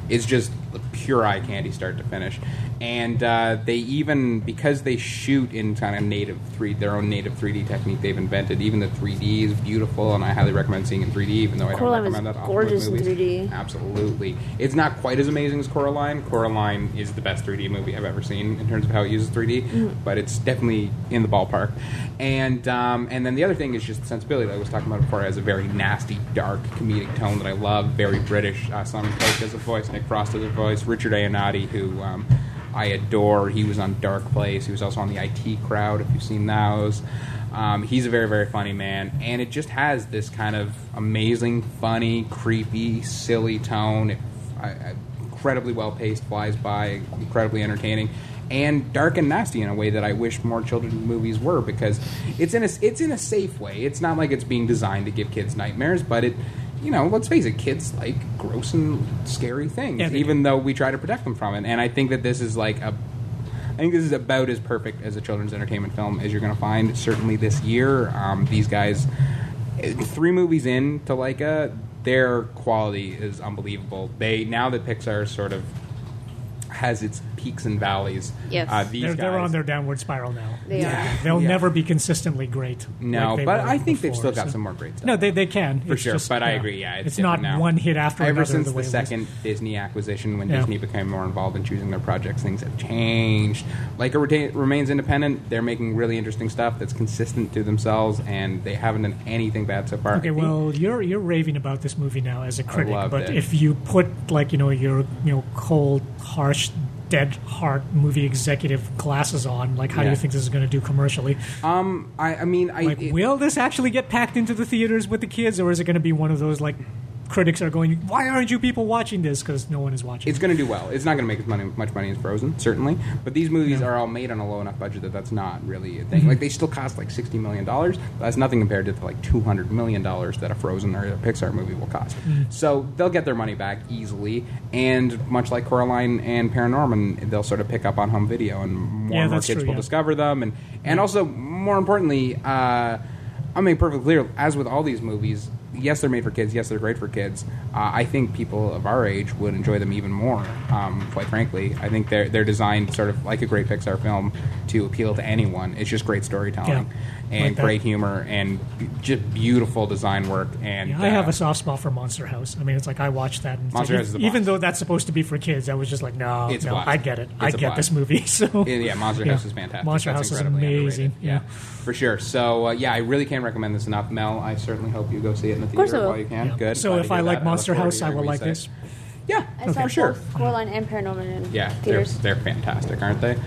Speaker 3: It's just pure eye candy, start to finish. And uh, they even because they shoot in kind of native three, their own native 3D technique they've invented. Even the 3D is beautiful, and I highly recommend seeing it in 3D. Even though I don't
Speaker 1: Coraline was
Speaker 3: recommend that often
Speaker 1: gorgeous in
Speaker 3: with movies.
Speaker 1: 3D.
Speaker 3: Absolutely, it's not quite as amazing as Coraline. Coraline is the best 3D movie I've ever seen in terms of how it uses 3D, but it's definitely in the ballpark. And um, and then the other thing is just the sensibility that I was talking about before. It has a very nasty, dark, comedic tone that I love. Very British. Uh, Simon Pegg does a voice. Nick Frost does a voice. Richard Avenatti, who um, I adore. He was on Dark Place. He was also on the IT Crowd. If you've seen those. Um, he's a very, very funny man, and it just has this kind of amazing, funny, creepy, silly tone. It, I, I, incredibly well paced, flies by, incredibly entertaining, and dark and nasty in a way that I wish more children movies were because it's in a it's in a safe way. It's not like it's being designed to give kids nightmares, but it. You know, let's face it, kids like gross and scary things,
Speaker 2: Yeah, they
Speaker 3: even though we try to protect them from it. And I think that this is like a I think this is about as perfect as a children's entertainment film as you're going to find, certainly this year. Um, these guys, eh, three movies in to Leica, their quality is unbelievable. They now that Pixar sort of has its peaks and valleys.
Speaker 1: Yes.
Speaker 3: uh, these
Speaker 2: They're,
Speaker 3: guys,
Speaker 2: they're on their downward spiral now.
Speaker 1: They are. Yeah.
Speaker 2: They'll
Speaker 3: Yeah.
Speaker 2: never be consistently great.
Speaker 3: No,
Speaker 2: like they
Speaker 3: but
Speaker 2: were
Speaker 3: I think they've
Speaker 2: before,
Speaker 3: still got
Speaker 2: so-
Speaker 3: some more great stuff.
Speaker 2: No, they, they can
Speaker 3: for
Speaker 2: It's
Speaker 3: sure.
Speaker 2: just-
Speaker 3: but I agree. Yeah, it's,
Speaker 2: not
Speaker 3: different now.
Speaker 2: one hit after
Speaker 3: Ever
Speaker 2: another.
Speaker 3: since the,
Speaker 2: way it was.
Speaker 3: second Disney acquisition, when
Speaker 2: Yeah.
Speaker 3: Disney became more involved in choosing their projects, things have changed. Like it retain, remains independent. They're making really interesting stuff that's consistent to themselves, and they haven't done anything bad so far. I
Speaker 2: Okay,
Speaker 3: think-
Speaker 2: well, you're you're raving about this movie now as a critic,
Speaker 3: loved
Speaker 2: but
Speaker 3: it.
Speaker 2: if you put like you know your you know cold, harsh, dead heart movie executive glasses on, like how do
Speaker 3: Yeah.
Speaker 2: you think this is going to do commercially?
Speaker 3: um, I, I mean, I
Speaker 2: Like,
Speaker 3: it-
Speaker 2: will this actually get packed into the theaters with the kids, or is it going to be one of those like critics are going, why aren't you people watching this? Because no one is watching.
Speaker 3: it's going to do well. It's not going to make as money, much money as Frozen, certainly. But these movies are all made on a low enough budget that that's not really a thing.
Speaker 2: Mm-hmm.
Speaker 3: Like they still cost like sixty million dollars. That's nothing compared to the, like two hundred million dollars that a Frozen or a Pixar movie will cost.
Speaker 2: Mm-hmm.
Speaker 3: So they'll get their money back easily. And much like Coraline and Paranorman, they'll sort of pick up on home video, and more
Speaker 2: Yeah,
Speaker 3: and more
Speaker 2: that's
Speaker 3: kids
Speaker 2: true,
Speaker 3: will
Speaker 2: yeah.
Speaker 3: discover them. And and also more importantly. Uh, I'll make perfectly clear, as with all these movies, yes, they're made for kids, yes, they're great for kids. Uh, I think people of our age would enjoy them even more, um, quite frankly. I think they're, they're designed sort of like a great Pixar film to appeal to anyone. It's just great storytelling
Speaker 2: Yeah, like
Speaker 3: and
Speaker 2: that.
Speaker 3: great humor and b- just beautiful design work. And
Speaker 2: Yeah, I have
Speaker 3: uh,
Speaker 2: a soft spot for Monster House. I mean, it's like I watched that. And it's
Speaker 3: Monster
Speaker 2: like,
Speaker 3: House is the
Speaker 2: even
Speaker 3: boss.
Speaker 2: though that's supposed to be for kids, I was just like, no,
Speaker 3: It's
Speaker 2: no,
Speaker 3: a blast.
Speaker 2: I get it. I
Speaker 3: It's a
Speaker 2: get
Speaker 3: blast.
Speaker 2: this movie. So
Speaker 3: Yeah, yeah, Monster
Speaker 2: Yeah.
Speaker 3: House is fantastic.
Speaker 2: Monster
Speaker 3: That's
Speaker 2: House is
Speaker 3: incredibly
Speaker 2: amazing,
Speaker 3: underrated.
Speaker 2: yeah.
Speaker 3: for sure. So uh, yeah, I really can't recommend this enough, Mel. I certainly hope you go see it in the
Speaker 1: course I
Speaker 3: theater
Speaker 1: will.
Speaker 3: while you can.
Speaker 2: Yeah.
Speaker 3: Good.
Speaker 2: So
Speaker 3: Glad to
Speaker 2: if
Speaker 3: hear
Speaker 2: I like
Speaker 3: that. look
Speaker 2: Monster
Speaker 3: forward to
Speaker 2: House, I
Speaker 3: hearing
Speaker 2: will
Speaker 3: what
Speaker 2: like
Speaker 3: you say.
Speaker 2: this.
Speaker 3: Yeah,
Speaker 1: I saw
Speaker 3: for sure.
Speaker 1: both Coraline and Paranorman in
Speaker 3: Yeah, they're,
Speaker 1: theaters.
Speaker 3: they're fantastic, aren't they?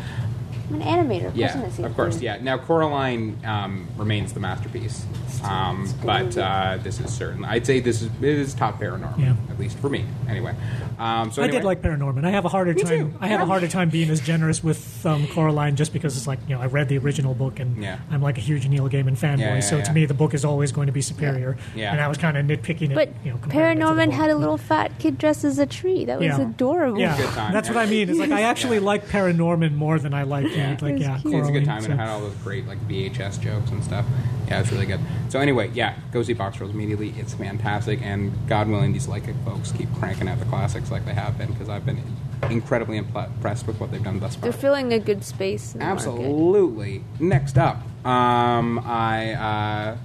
Speaker 1: I'm an animator. Of course I'm
Speaker 3: Yeah,
Speaker 1: gonna see
Speaker 3: of
Speaker 1: it.
Speaker 3: course. Yeah. Now Coraline um, remains the masterpiece, um, but uh, this is certain. I'd say this is it is top paranormal,
Speaker 2: Yeah.
Speaker 3: at least for me. Anyway, um, so
Speaker 2: I
Speaker 3: anyway,
Speaker 2: did like Paranorman. I have a harder
Speaker 3: Me
Speaker 2: time.
Speaker 3: too.
Speaker 2: I have a
Speaker 3: Yeah.
Speaker 2: harder time being as generous with um, Coraline just because it's like you know I read the original book and
Speaker 3: Yeah.
Speaker 2: I'm like a huge Neil Gaiman fanboy.
Speaker 3: Yeah, yeah,
Speaker 2: so to
Speaker 3: yeah.
Speaker 2: me, the book is always going to be superior.
Speaker 3: Yeah.
Speaker 2: And I was kind of nitpicking it.
Speaker 1: But
Speaker 2: you know, comparing it to the
Speaker 1: Paranorman
Speaker 2: book.
Speaker 1: had a little fat kid dressed as a tree. That was
Speaker 2: Yeah.
Speaker 1: adorable.
Speaker 2: Yeah,
Speaker 3: Good time.
Speaker 2: that's what I mean. It's like I actually
Speaker 3: Yeah.
Speaker 2: like Paranorman more than I like yeah. like
Speaker 1: It
Speaker 2: yeah.
Speaker 1: was cute.
Speaker 2: Coraline,
Speaker 3: It's a good time,
Speaker 2: so-
Speaker 3: and it had all those great like VHS jokes and stuff. Yeah, it's really good. So anyway, yeah, go see Box Trolls immediately. It's fantastic, and God willing, these like folks keep cranking out the classics like they have been because I've been incredibly impl- impressed with what they've done thus far.
Speaker 1: They're filling a good space. In the market.
Speaker 3: Absolutely. Next up, um, I uh,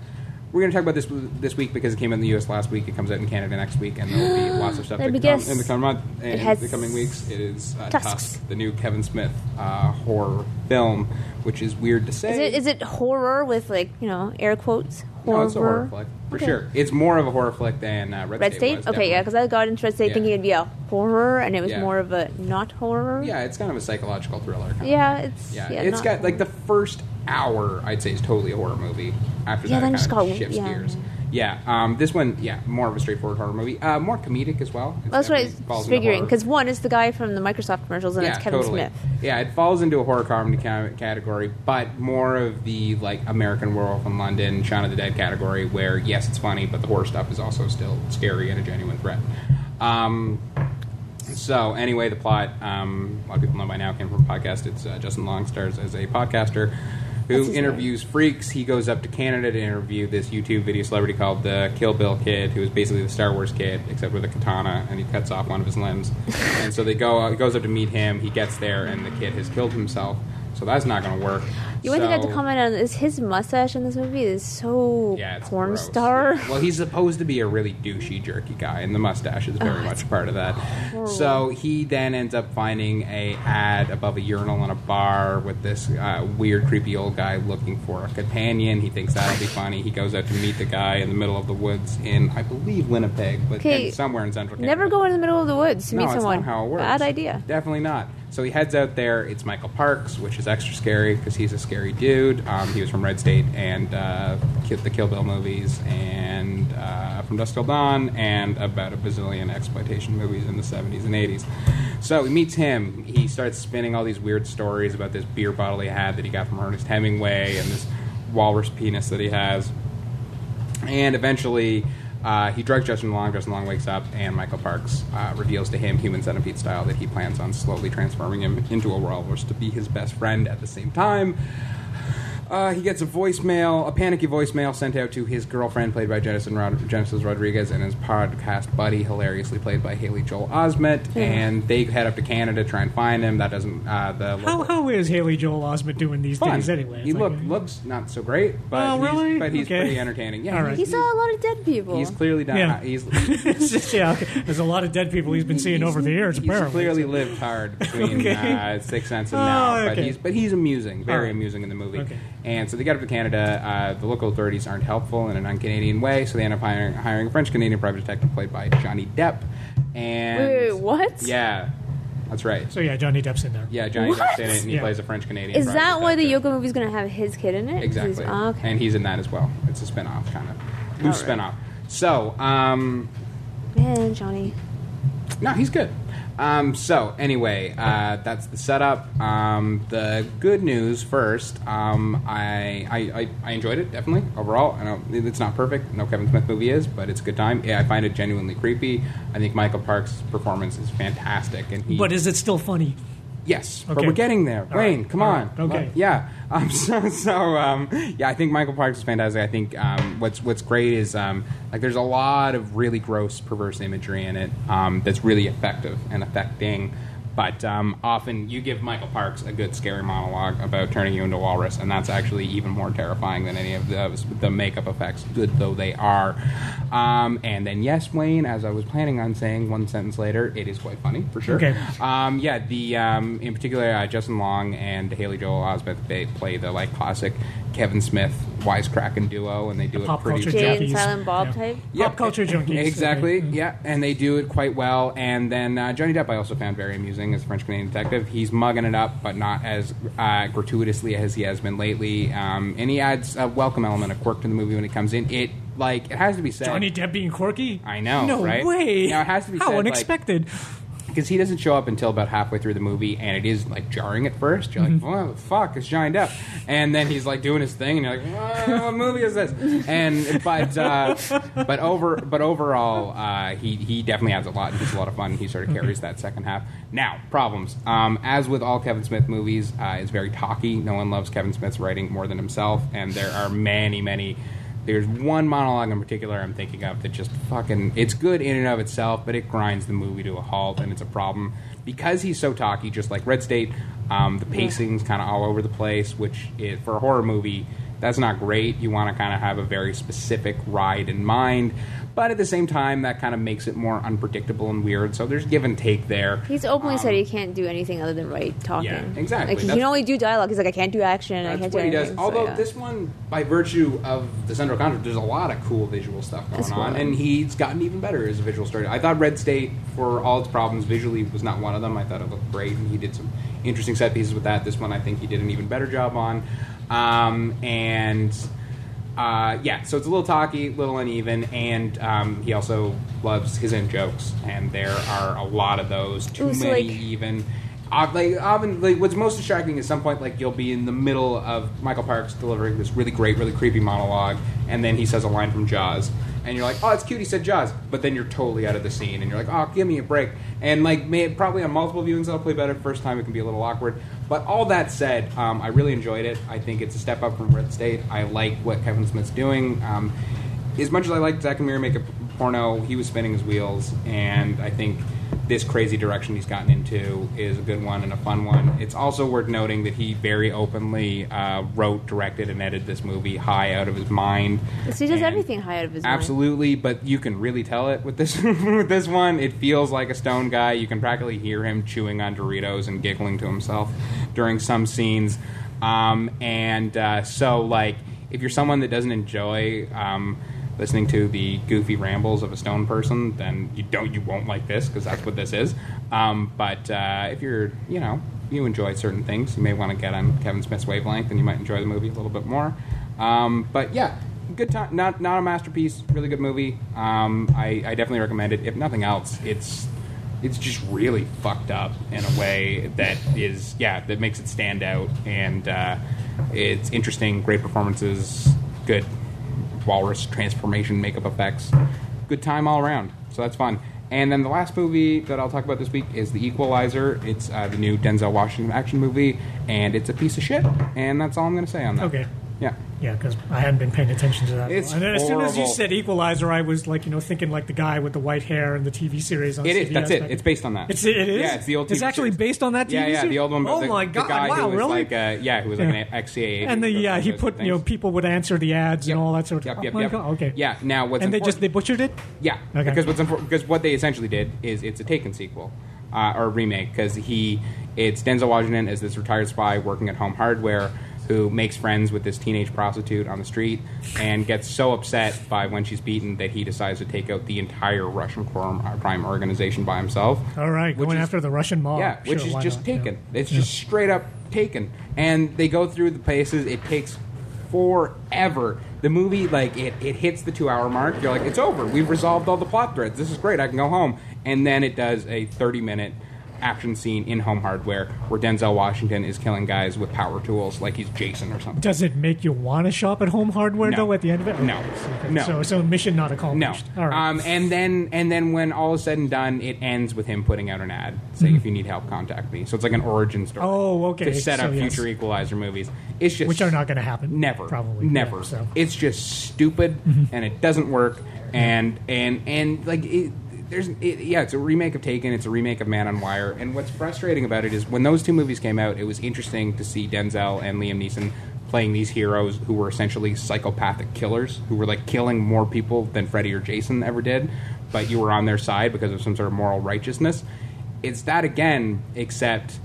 Speaker 3: we're going to talk about this this week because it came out in the U.S. last week. It comes out in Canada next week, and there will be lots of stuff
Speaker 1: Let
Speaker 3: that
Speaker 1: me
Speaker 3: come
Speaker 1: guess.
Speaker 3: in the coming month and
Speaker 1: It has
Speaker 3: the coming weeks. It is uh,
Speaker 1: tusks.
Speaker 3: Tusk, the new Kevin Smith uh, horror film, which is weird to say.
Speaker 1: Is it is it horror with like you know air quotes? Horror.
Speaker 3: No, it's a horror flick for
Speaker 1: Okay.
Speaker 3: sure. It's more of a horror flick than uh, Red,
Speaker 1: Red
Speaker 3: State.
Speaker 1: State.
Speaker 3: was,
Speaker 1: okay, yeah, because
Speaker 3: definitely.
Speaker 1: I got into Red State
Speaker 3: Yeah.
Speaker 1: thinking it'd be a horror, and it was
Speaker 3: Yeah.
Speaker 1: more of a not horror.
Speaker 3: yeah, it's kind of a psychological thriller. Kind of.
Speaker 1: Yeah, it's
Speaker 3: Yeah,
Speaker 1: yeah.
Speaker 3: it's
Speaker 1: not
Speaker 3: got like the first hour, I'd say, is totally a horror movie. After
Speaker 1: Yeah,
Speaker 3: that,
Speaker 1: then
Speaker 3: it
Speaker 1: it's
Speaker 3: kind of
Speaker 1: got-
Speaker 3: shifts
Speaker 1: yeah.
Speaker 3: gears. Yeah, um, this one, yeah, more of a straightforward horror movie, uh, more comedic as well.
Speaker 1: Well,
Speaker 3: It's
Speaker 1: that's what I
Speaker 3: definitely
Speaker 1: was
Speaker 3: falls into
Speaker 1: figuring
Speaker 3: horror.
Speaker 1: because one is the guy from the Microsoft commercials, and
Speaker 3: yeah,
Speaker 1: it's Kevin
Speaker 3: totally.
Speaker 1: Smith.
Speaker 3: Yeah, it falls into a horror comedy ca- category, but more of the like American Werewolf in London, Shaun of the Dead category, where yes, it's funny, but the horror stuff is also still scary and a genuine threat. Um, so anyway, the plot um, a lot of people know by now came from a podcast. It's uh, Justin Long stars as a podcaster who interviews freaks. He goes up to Canada to interview this YouTube video celebrity called the Kill Bill Kid, who is basically the Star Wars kid except with a katana, and he cuts off one of his limbs. and so they go. uh, He goes up to meet him. He gets there, and the kid has killed himself. So that's not going to work.
Speaker 1: The only thing I have
Speaker 3: So-
Speaker 1: to comment on is his mustache in this movie is so
Speaker 3: yeah, it's
Speaker 1: porn
Speaker 3: gross.
Speaker 1: star.
Speaker 3: Well, he's supposed to be a really douchey, jerky guy, and the mustache is very much part of that. So he then ends up finding a ad above a urinal in a bar with this uh, weird, creepy old guy looking for a companion. He thinks that'll be funny. He goes out to meet the guy in the middle of the woods in, I believe, Winnipeg, but
Speaker 1: Okay,
Speaker 3: in, somewhere in central Canada.
Speaker 1: Never go in the middle of the woods to
Speaker 3: No,
Speaker 1: meet
Speaker 3: that's
Speaker 1: someone.
Speaker 3: not how it works.
Speaker 1: Bad idea.
Speaker 3: Definitely not. So he heads out there. It's Michael Parks, which is extra scary because he's a scary dude. Um, he was from Red State and uh, Ki- the Kill Bill movies, and uh, from Dusk Till Dawn, and about a bazillion exploitation movies in the '70s and '80s. So he meets him. He starts spinning all these weird stories about this beer bottle he had that he got from Ernest Hemingway and this walrus penis that he has. And eventually, uh, he drugs Justin Long. Justin Long wakes up, and Michael Parks uh, reveals to him, human centipede style, that he plans on slowly transforming him into a walrus to be his best friend at the same time. Uh, he gets a voicemail, a panicky voicemail sent out to his girlfriend, played by Jenison Rod- Genesis Rodriguez, and his podcast buddy, hilariously played by Haley Joel Osment. And they head up to Canada to try and find him. That doesn't. Uh, the
Speaker 2: How, how is Haley Joel Osment doing these
Speaker 3: fun.
Speaker 2: days anyway?
Speaker 3: he
Speaker 2: It's like,
Speaker 3: look, looks not so great, but
Speaker 2: Oh, really?
Speaker 3: he's, but he's
Speaker 2: Okay.
Speaker 3: pretty entertaining. Yeah,
Speaker 2: All right.
Speaker 1: He saw a lot of dead people.
Speaker 3: He's clearly done.
Speaker 2: Yeah.
Speaker 3: He's,
Speaker 2: it's just- yeah, okay. there's a lot of dead people he's been seeing over the years.
Speaker 3: he's
Speaker 2: apparently,
Speaker 3: clearly lived hard between uh, Six Sense and
Speaker 2: Oh,
Speaker 3: now. But
Speaker 2: okay.
Speaker 3: he's but he's amusing, very
Speaker 2: Alright.
Speaker 3: amusing in the movie.
Speaker 2: Okay.
Speaker 3: And so they got up to Canada. Uh, the local authorities aren't helpful in a non-Canadian way, so they end up hiring, hiring a French Canadian private detective played by Johnny Depp. And
Speaker 1: Wait, wait, what?
Speaker 3: Yeah, that's right.
Speaker 2: so yeah, Johnny Depp's in there.
Speaker 3: Yeah, Johnny Depp's in it, and he
Speaker 2: Yeah.
Speaker 3: plays a French Canadian.
Speaker 1: Is that why the
Speaker 3: yoga?
Speaker 1: Yoko movie's going to have his kid in it? 'Cause he's-
Speaker 3: Exactly.
Speaker 1: ah, okay.
Speaker 3: And he's in that as well. It's a spin-off kind of loose
Speaker 1: Alright.
Speaker 3: spin-off. So, um,
Speaker 1: Man, Johnny.
Speaker 3: No, he's good. Um, so anyway, uh, that's the setup. Um, the good news first. Um, I, I, I I enjoyed it definitely overall. I know it's not perfect. No Kevin Smith movie is, but it's a good time. Yeah, I find it genuinely creepy. I think Michael Parks' performance is fantastic, and he
Speaker 2: But is it still funny?
Speaker 3: Yes, but
Speaker 2: Okay.
Speaker 3: we're getting there.
Speaker 2: All
Speaker 3: Wayne,
Speaker 2: right.
Speaker 3: come
Speaker 2: All
Speaker 3: on.
Speaker 2: right. Okay.
Speaker 3: Yeah. Um, so, so um, yeah, I think Michael Parks is fantastic. I think um, what's what's great is um, like there's a lot of really gross, perverse imagery in it um, that's really effective and affecting. But um, often you give Michael Parks a good scary monologue about turning you into a walrus, and that's actually even more terrifying than any of the, the makeup effects, good though they are. Um, and then, yes, Wayne, as I was planning on saying one sentence later, it is quite funny for sure.
Speaker 2: Okay.
Speaker 3: Um, yeah, the um, in particular uh, Justin Long and Haley Joel Osment they play the like classic Kevin Smith wisecracking duo, and they do it
Speaker 2: Pop
Speaker 3: pretty
Speaker 2: culture
Speaker 1: Jay
Speaker 2: junkies.
Speaker 1: and Silent Bob type?
Speaker 3: Yeah. e-,
Speaker 2: Pop culture junkies.
Speaker 3: Exactly.
Speaker 2: Okay.
Speaker 3: Yeah, and they do it quite well. And then uh, Johnny Depp, I also found very amusing as a French Canadian detective. He's mugging it up, but not as uh, gratuitously as he has been lately. Um, and he adds a welcome element, a quirk to the movie when it comes in. It like it has to be said.
Speaker 2: Johnny Depp being quirky?
Speaker 3: I know,
Speaker 2: No
Speaker 3: right?
Speaker 2: way.
Speaker 3: Now, it has to be
Speaker 2: How
Speaker 3: said, like-
Speaker 2: unexpected.
Speaker 3: because he doesn't show up until about halfway through the movie, and it is like jarring at first. You're like, "What the fuck is Johnny Depp?" And then he's like doing his thing, and you're like, "What- "What movie is this?" And but uh, but over but overall, uh, he he definitely adds a lot. He's a lot of fun. He sort of carries that second half. Now problems. Um, as with all Kevin Smith movies, uh, it's very talky. No one loves Kevin Smith's writing more than himself, and there are many many. There's one monologue in particular I'm thinking of that just fucking it's good in and of itself, but it grinds the movie to a halt and it's a problem because he's so talky. Just like Red State, um, the pacing's kind of all over the place, which is, for a horror movie That's not great. You want to kind of have a very specific ride in mind. But at the same time, that kind of makes it more unpredictable and weird. So there's give and take there.
Speaker 1: He's openly
Speaker 3: Um,
Speaker 1: said he can't do anything other than write talking.
Speaker 3: Yeah, exactly.
Speaker 1: Like he can
Speaker 3: That's-
Speaker 1: only do dialogue. He's like, I can't do action. I can't
Speaker 3: That's
Speaker 1: do
Speaker 3: what he
Speaker 1: anything.
Speaker 3: does.
Speaker 1: So,
Speaker 3: Although
Speaker 1: yeah.
Speaker 3: this one, by virtue of the central contract, there's a lot of cool visual stuff going
Speaker 1: That's
Speaker 3: on,
Speaker 1: cool.
Speaker 3: and he's gotten even better as a visual story. I thought Red State, for all its problems, visually was not one of them. I thought it looked great, and he did some interesting set pieces with that. This one, I think he did an even better job on, um, and. Uh, yeah, so it's a little talky, a little uneven, and um, he also loves his in jokes, and there are a lot of those. Too
Speaker 1: Ooh, so,
Speaker 3: many,
Speaker 1: like-
Speaker 3: even. Uh, like, often, like, what's most distracting is some point, like, you'll be in the middle of Michael Parks delivering this really great, really creepy monologue, and then he says a line from Jaws, and you're like, oh, it's cute, he said Jaws, but then you're totally out of the scene, and you're like, oh, give me a break. And, like, may, probably on multiple viewings, that'll play better. First time, it can be a little awkward. But all that said, um, I really enjoyed it. I think it's a step up from Red State. I like what Kevin Smith's doing. Um, as much as I liked Zach and Miri make a p- porno, he was spinning his wheels, and I think this crazy direction he's gotten into is a good one and a fun one. It's also worth noting that he very openly uh, wrote, directed, and edited this movie high out of his mind.
Speaker 1: So he does
Speaker 3: And-
Speaker 1: everything high out of his mind.
Speaker 3: Absolutely, but you can really tell it with this with this one. It feels like a stone guy. You can practically hear him chewing on Doritos and giggling to himself during some scenes. Um, and uh, so, like, if you're someone that doesn't enjoy um, listening to the goofy rambles of a stone person, then you don't you won't like this because that's what this is. Um, but uh, if you're you know you enjoy certain things, you may want to get on Kevin Smith's wavelength, and you might enjoy the movie a little bit more. Um, but yeah good time. Not not a masterpiece. Really good movie. Um, I, I definitely recommend it. If nothing else, it's it's just really fucked up in a way that is yeah that makes it stand out and uh, it's interesting. Great performances. Good walrus transformation makeup effects. Good time all around. So that's fun. And then the last movie that I'll talk about this week is The Equalizer. It's uh, the new Denzel Washington action movie, and it's a piece of shit. And that's all I'm going to say on that.
Speaker 2: Okay.
Speaker 3: Yeah.
Speaker 2: Yeah, because I hadn't been paying attention to that. at
Speaker 3: It's
Speaker 2: all. and then as soon as you
Speaker 3: horrible.
Speaker 2: said Equalizer, I was like, you know, thinking like the guy with the white hair and the TV series. On
Speaker 3: It is.
Speaker 2: CBS
Speaker 3: That's it.
Speaker 2: back-
Speaker 3: It's based on that.
Speaker 2: It's it is.
Speaker 3: Yeah, it's the old.
Speaker 2: It's
Speaker 3: TV
Speaker 2: actually
Speaker 3: series.
Speaker 2: based on that TV
Speaker 3: Yeah, yeah,
Speaker 2: series?
Speaker 3: the old one.
Speaker 2: Oh
Speaker 3: the,
Speaker 2: my
Speaker 3: the
Speaker 2: god!
Speaker 3: guy
Speaker 2: wow,
Speaker 3: who was
Speaker 2: really?
Speaker 3: Like, uh, yeah, who was
Speaker 2: Yeah.
Speaker 3: like an ex-CIA.
Speaker 2: and the
Speaker 3: who goes
Speaker 2: yeah,
Speaker 3: and
Speaker 2: he
Speaker 3: does
Speaker 2: put you know
Speaker 3: things.
Speaker 2: people would answer the ads
Speaker 3: Yep.
Speaker 2: and all that sort of.
Speaker 3: Yep,
Speaker 2: oh
Speaker 3: yep,
Speaker 2: my
Speaker 3: yep.
Speaker 2: god! Okay.
Speaker 3: Yeah. Now what's
Speaker 2: and they just
Speaker 3: important-
Speaker 2: they butchered it.
Speaker 3: yeah,
Speaker 2: Okay.
Speaker 3: because what's impor- because what they essentially did is it's a Taken sequel uh, or remake because he it's Denzel Washington as this retired spy working at Home Hardware who makes friends with this teenage prostitute on the street and gets so upset by when she's beaten that he decides to take out the entire Russian crime crime organization by himself.
Speaker 2: All right,
Speaker 3: Which
Speaker 2: going
Speaker 3: is-
Speaker 2: after the Russian mob.
Speaker 3: yeah, which
Speaker 2: Oh, Sure,
Speaker 3: is
Speaker 2: why
Speaker 3: just
Speaker 2: not? Yeah.
Speaker 3: taken. It's just straight up taken. And they go through the places. It takes forever. The movie, like, it, it hits the two hour mark. You're like, it's over. We've resolved all the plot threads. This is great. I can go home. And then it does a 30 minute action scene in Home Hardware where Denzel Washington is killing guys with power tools like he's Jason or something.
Speaker 2: Does it make you want to shop at Home Hardware
Speaker 3: No.
Speaker 2: though? At the end of it,
Speaker 3: No.
Speaker 2: Okay,
Speaker 3: No.
Speaker 2: So so mission not
Speaker 3: No.
Speaker 2: accomplished. All right.
Speaker 3: Um, and then and then when all is said and done, it ends with him putting out an ad saying, "If you need help, contact me." So it's like an origin story.
Speaker 2: Mm-hmm. Oh, okay.
Speaker 3: To set
Speaker 2: So,
Speaker 3: up
Speaker 2: yes.
Speaker 3: future Equalizer movies, it's just
Speaker 2: which are not going to happen.
Speaker 3: never
Speaker 2: Probably
Speaker 3: never.
Speaker 2: Yeah, so. Mm-hmm.
Speaker 3: It's just stupid and it doesn't work. And and and like it, there's it, yeah, it's a remake of Taken. It's a remake of Man on Wire. And what's frustrating about it is when those two movies came out, it was interesting to see Denzel and Liam Neeson playing these heroes who were essentially psychopathic killers who were like killing more people than Freddy or Jason ever did. But you were on their side because of some sort of moral righteousness. It's that again, except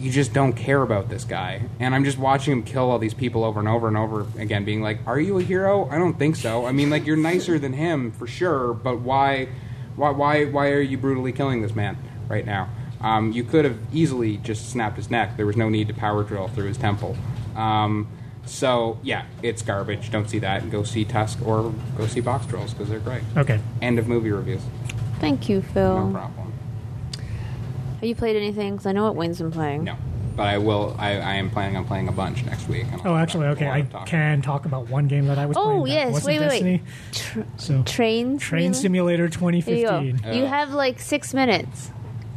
Speaker 3: you just don't care about this guy. And I'm just watching him kill all these people over and over and over again, being like, Are you a hero? I don't think so. I mean like you're nicer than him for sure, but why why why why are you brutally killing this man right now? Um, you could have easily just snapped his neck. There was no need to power drill through his temple. Um, so yeah, it's garbage. Don't see that. Go see Tusk or go see Box Trolls because they're great.
Speaker 2: Okay.
Speaker 3: End of movie reviews.
Speaker 1: Thank you, Phil.
Speaker 3: No problem.
Speaker 1: Have you played anything? Because I know what Wayne's been playing.
Speaker 3: No, but I will. I, I am planning on playing a bunch next week. and I'll
Speaker 2: Oh,
Speaker 3: talk
Speaker 2: actually,
Speaker 3: about a
Speaker 2: okay.
Speaker 3: lot
Speaker 2: I
Speaker 3: of talk.
Speaker 2: can talk about one game that I was playing.
Speaker 1: Oh
Speaker 2: that
Speaker 1: yes.
Speaker 2: wasn't
Speaker 1: Wait, wait,
Speaker 2: Destiny.
Speaker 1: wait. Tr-
Speaker 2: So
Speaker 1: train.
Speaker 2: Train
Speaker 1: simulator.
Speaker 2: Simulator
Speaker 1: Here you go.
Speaker 2: 2015.
Speaker 3: Uh,
Speaker 1: You have like six minutes.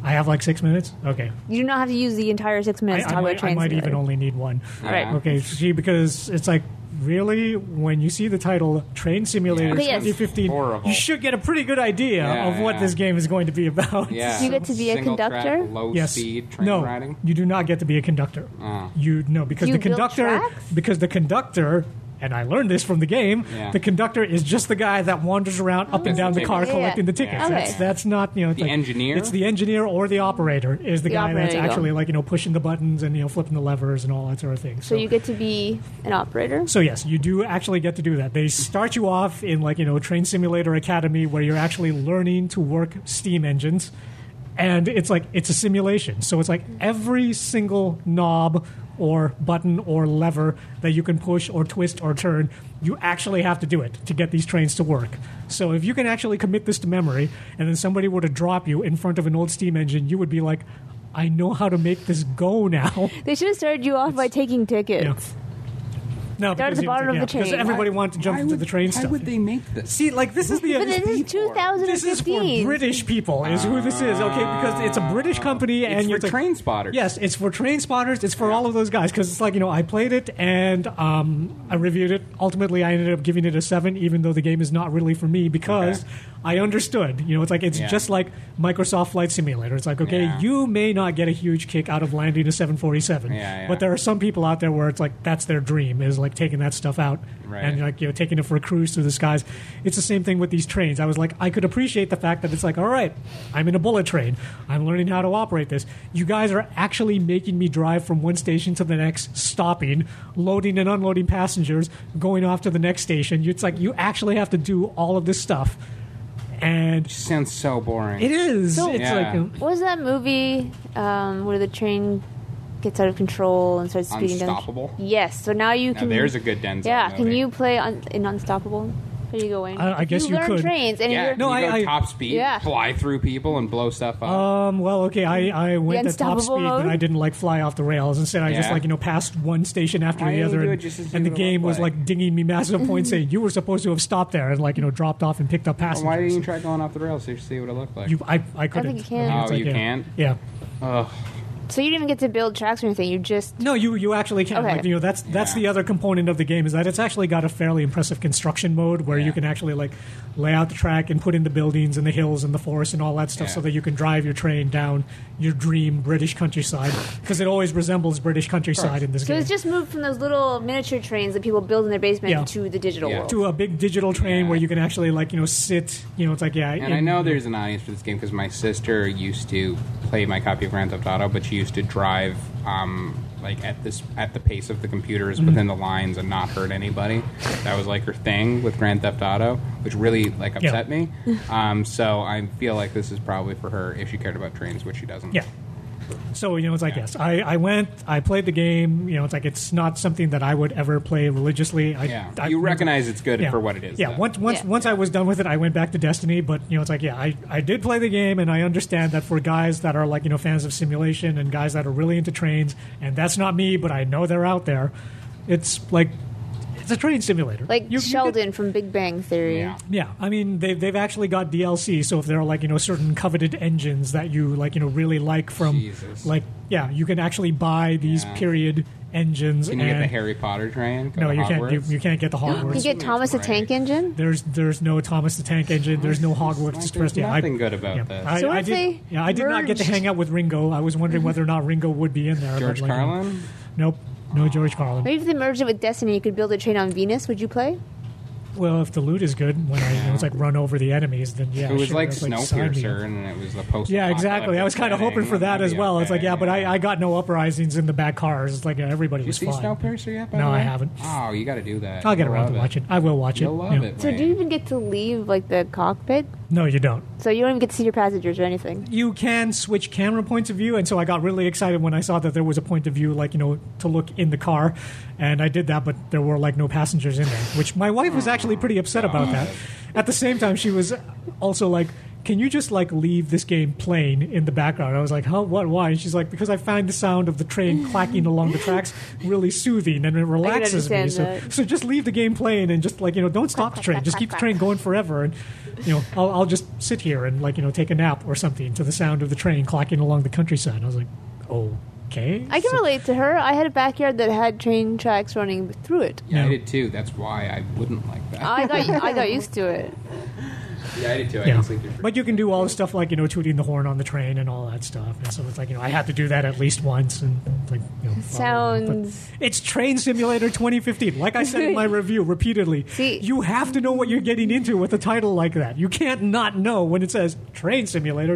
Speaker 2: I have like six minutes. Okay.
Speaker 1: You do not have to use the entire six
Speaker 2: I,
Speaker 1: minutes to
Speaker 2: I
Speaker 1: talk about
Speaker 2: might, I
Speaker 1: train
Speaker 2: might
Speaker 1: simulator.
Speaker 2: even only need one.
Speaker 1: All right.
Speaker 3: Uh-huh.
Speaker 2: Okay. See, because it's like really when you see the title Train Simulator
Speaker 3: Yeah,
Speaker 1: Okay, yes.
Speaker 2: 2015,
Speaker 3: horrible.
Speaker 2: you should get a pretty good idea
Speaker 3: Yeah,
Speaker 2: of what
Speaker 3: yeah.
Speaker 2: this game is going to be about.
Speaker 3: Yeah.
Speaker 1: You get to be a
Speaker 3: Single track,
Speaker 1: conductor?
Speaker 3: low
Speaker 2: Yes.
Speaker 3: speed train
Speaker 2: no,
Speaker 3: riding.
Speaker 2: you do not get to be a conductor.
Speaker 3: Oh.
Speaker 2: You no because
Speaker 1: You
Speaker 2: the
Speaker 1: build
Speaker 2: conductor
Speaker 1: tracks?
Speaker 2: because the conductor and I learned this from the game.
Speaker 3: Yeah.
Speaker 2: The conductor is just the guy that wanders around up and
Speaker 3: That's
Speaker 2: down
Speaker 3: the
Speaker 2: the car
Speaker 1: ticket. Yeah, yeah.
Speaker 2: collecting the tickets.
Speaker 1: Okay.
Speaker 2: That's that's not you know it's
Speaker 3: The
Speaker 2: like-
Speaker 3: engineer?
Speaker 2: It's the engineer or the operator is the,
Speaker 1: The
Speaker 2: guy that's
Speaker 1: operator, yeah.
Speaker 2: actually like you know pushing the buttons and you know flipping the levers and all that sort of thing.
Speaker 1: So you get to be an operator.
Speaker 2: So yes, you do actually get to do that. They start you off in like you know train simulator academy where you're actually learning to work steam engines, and it's like it's a simulation. So it's like every single knob or button or lever that you can push or twist or turn, you actually have to do it to get these trains to work. So if you can actually commit this to memory, and then somebody were to drop you in front of an old steam engine, you would be like, I know how to make this go now.
Speaker 1: They should have started you off by taking tickets.
Speaker 2: Yeah. No,
Speaker 1: Down at
Speaker 2: because
Speaker 1: the
Speaker 2: you know, it's
Speaker 1: bottom
Speaker 2: like,
Speaker 1: of the
Speaker 2: yeah, because
Speaker 1: train.
Speaker 2: everybody wanted to jump
Speaker 3: Why
Speaker 2: into
Speaker 3: would-
Speaker 2: the train
Speaker 3: Why
Speaker 2: stuff.
Speaker 3: would they make this?
Speaker 2: See, like this is the
Speaker 1: But this is
Speaker 3: people.
Speaker 1: 2015.
Speaker 2: this is for British people is who this is. Okay, because it's a British company and
Speaker 3: It's
Speaker 2: you're
Speaker 3: for
Speaker 2: like-
Speaker 3: train spotters.
Speaker 2: Yes, it's for train spotters. It's for all of those guys because it's like you know I played it and um, I reviewed it. Ultimately, I ended up giving it a seven, even though the game is not really for me because
Speaker 3: Okay.
Speaker 2: I understood. You know, it's like it's
Speaker 3: Yeah.
Speaker 2: just like Microsoft Flight Simulator. It's like okay,
Speaker 3: Yeah.
Speaker 2: you may not get a huge kick out of landing a 747,
Speaker 3: Yeah, yeah.
Speaker 2: but there are some people out there where it's like that's their dream is like taking that stuff out
Speaker 3: Right.
Speaker 2: and like you know taking it for a cruise through the skies. It's the same thing with these trains. I was like, I could appreciate the fact that it's like, all right, I'm in a bullet train. I'm learning how to operate this. You guys are actually making me drive from one station to the next, stopping, loading and unloading passengers, going off to the next station. It's like you actually have to do all of this stuff, and
Speaker 3: Sounds so boring.
Speaker 2: it is.
Speaker 1: So-
Speaker 2: it's
Speaker 3: Yeah.
Speaker 2: like. um,
Speaker 1: What was that movie um, where the train gets out of control and starts speeding? down-
Speaker 3: Unstoppable?
Speaker 1: Yes. So now you
Speaker 3: Now
Speaker 1: can.
Speaker 3: there's a good Denzel.
Speaker 1: Yeah. Can
Speaker 3: movie.
Speaker 1: you play on, in Unstoppable? There you go, Wayne.
Speaker 2: I- I
Speaker 1: If
Speaker 2: guess you
Speaker 1: learn
Speaker 2: could.
Speaker 1: trains and
Speaker 3: Yeah,
Speaker 1: you're,
Speaker 2: No,
Speaker 3: you
Speaker 2: I-
Speaker 3: go
Speaker 2: I-
Speaker 3: top speed,
Speaker 1: Yeah.
Speaker 3: fly through people, and blow stuff up.
Speaker 2: Um, well, okay, I, I went at top
Speaker 1: unstoppable
Speaker 2: speed,
Speaker 1: mode?
Speaker 2: and I didn't like fly off the rails. Instead, I just
Speaker 3: Yeah.
Speaker 2: like you know passed one station after
Speaker 3: Why
Speaker 2: the
Speaker 3: didn't
Speaker 2: other,
Speaker 3: you do
Speaker 2: and,
Speaker 3: it just as
Speaker 2: and the
Speaker 3: you look
Speaker 2: game was
Speaker 3: like?
Speaker 2: like dinging me massive points, saying you were supposed to have stopped there and like you know dropped off and picked up passengers.
Speaker 3: Why didn't you try going off the rails to see what it looked like?
Speaker 2: You- I, I couldn't.
Speaker 1: you can.
Speaker 2: mean, it's
Speaker 3: Oh, you
Speaker 2: yeah.
Speaker 3: can't?
Speaker 2: Yeah.
Speaker 1: so you didn't even get to build tracks or anything. You just
Speaker 2: No, you you actually can.
Speaker 1: Okay.
Speaker 2: Like, you know, that's that's
Speaker 3: Yeah.
Speaker 2: the other component of the game is that it's actually got a fairly impressive construction mode where
Speaker 3: Yeah.
Speaker 2: you can actually like lay out the track and put in the buildings and the hills and the forest and all that stuff
Speaker 3: Yeah.
Speaker 2: so that you can drive your train down your dream British countryside because it always resembles British countryside in this
Speaker 1: so
Speaker 2: game.
Speaker 1: it's just moved from those little miniature trains that people build in their basement
Speaker 2: Yeah.
Speaker 1: to the digital
Speaker 3: Yeah.
Speaker 1: world.
Speaker 2: to a big digital train
Speaker 3: Yeah.
Speaker 2: where you can actually like you know sit you know it's like yeah
Speaker 3: and I know there's an audience for this game because my sister used to play my copy of Grand Theft Auto, but she used to drive um, like at this at the pace of the computers
Speaker 2: Mm-hmm.
Speaker 3: within the lines and not hurt anybody. That was like her thing with Grand Theft Auto, which really like
Speaker 2: Yeah.
Speaker 3: upset me. Um, so I feel like this is probably for her if she cared about trains, which she doesn't.
Speaker 2: Yeah. So you know, it's like yes, I, I went, I played the game. You know, it's like it's not something that I would ever play religiously. I,
Speaker 3: Yeah.
Speaker 2: I-
Speaker 3: you recognize it's good for what it is.
Speaker 2: Yeah,
Speaker 3: though.
Speaker 2: once once
Speaker 1: Yeah.
Speaker 2: once I was done with it, I went back to Destiny. But you know, it's like yeah, I, I did play the game, and I understand that for guys that are like you know fans of simulation and guys that are really into trains, and that's not me, but I know they're out there. It's like it's a train simulator,
Speaker 1: like
Speaker 2: You- you could-
Speaker 1: Sheldon from Big Bang Theory.
Speaker 3: Yeah.
Speaker 2: yeah, I mean they've they've actually got DLC. So if there are like you know certain coveted engines that you like you know really like from
Speaker 3: Jesus.
Speaker 2: like yeah, you can actually buy these
Speaker 3: Yeah.
Speaker 2: period engines.
Speaker 3: Can you
Speaker 2: and
Speaker 3: get the Harry Potter train? Go
Speaker 2: no,
Speaker 3: to
Speaker 2: you can't. You,
Speaker 3: Hogwarts?
Speaker 2: you can't get the
Speaker 1: You
Speaker 2: Hogwarts.
Speaker 1: get Thomas the
Speaker 3: Right.
Speaker 1: Tank Engine.
Speaker 2: there's there's no Thomas the Tank Engine. There's no Hogwarts
Speaker 3: There's
Speaker 2: Express. Yeah,
Speaker 3: nothing good about this.
Speaker 2: I,
Speaker 1: So
Speaker 2: I
Speaker 1: if
Speaker 2: did.
Speaker 1: they Mm-hmm.
Speaker 2: Yeah, I did not get to
Speaker 1: merged-
Speaker 2: hang out with Ringo. I was wondering whether or not Ringo would be in there. but,
Speaker 3: George
Speaker 2: like, you know,
Speaker 3: Carlin?
Speaker 2: Nope. No George Carlin.
Speaker 1: Maybe if they merged it with Destiny, you could build a train on Venus. Would you play?
Speaker 2: Well, if the loot is good, when I you know, it's like run over the enemies, then yeah.
Speaker 3: It was
Speaker 2: sure,
Speaker 3: like
Speaker 2: that's, sign me up.
Speaker 3: Snowpiercer, and it was the post.
Speaker 2: Yeah, exactly. I was kind of hoping for that as well. It's like, yeah, but I, I got no uprisings in the back cars. It's like yeah, everybody
Speaker 3: You
Speaker 2: was
Speaker 3: see
Speaker 2: fine.
Speaker 3: Snowpiercer yet? by
Speaker 2: No,
Speaker 3: the
Speaker 2: I
Speaker 3: way?
Speaker 2: haven't.
Speaker 3: Oh, you got to do that.
Speaker 2: I'll get
Speaker 3: You'll
Speaker 2: around
Speaker 3: love
Speaker 2: to watching. I will watch it.
Speaker 3: You'll love
Speaker 2: Yeah.
Speaker 3: it.
Speaker 1: So do
Speaker 3: Wayne.
Speaker 1: you even get to leave like the cockpit?
Speaker 2: No, you don't.
Speaker 1: So you don't even get to see your passengers or anything.
Speaker 2: You can switch camera points of view, and so I got really excited when I saw that there was a point of view, like you know, to look in the car, and I did that, but there were like no passengers in there, which my wife was actually pretty upset about that. At the same time, she was also like. Can you just like leave this game playing in the background? I was like, "Huh? What? Why?" And she's like, "Because I find the sound of the train clacking along the tracks really soothing and it relaxes me."
Speaker 1: understand
Speaker 2: So,
Speaker 1: that.
Speaker 2: so just leave the game playing and just like you know don't stop the train just keep the train going forever and you know I'll, I'll just sit here and like you know take a nap or something to the sound of the train clocking along the countryside i was like okay
Speaker 1: I can
Speaker 2: So-
Speaker 1: relate to her. I had a backyard that had train tracks running through it.
Speaker 3: Yeah, I
Speaker 2: No.
Speaker 3: did too. That's why I wouldn't like that.
Speaker 1: I got I got used to it.
Speaker 3: Yeah, I did too. I
Speaker 2: Yeah.
Speaker 3: didn't sleep through.
Speaker 2: But you can do all the stuff like, you know, tooting the horn on the train and all that stuff. And so it's like, you know, I had to do that at least once. And like, you know, follow along. But
Speaker 1: Sounds-
Speaker 2: It's Train Simulator 2015. Like I said in my review repeatedly,
Speaker 1: See-
Speaker 2: you have to know what you're getting into with a title like that. You can't not know when it says Train Simulator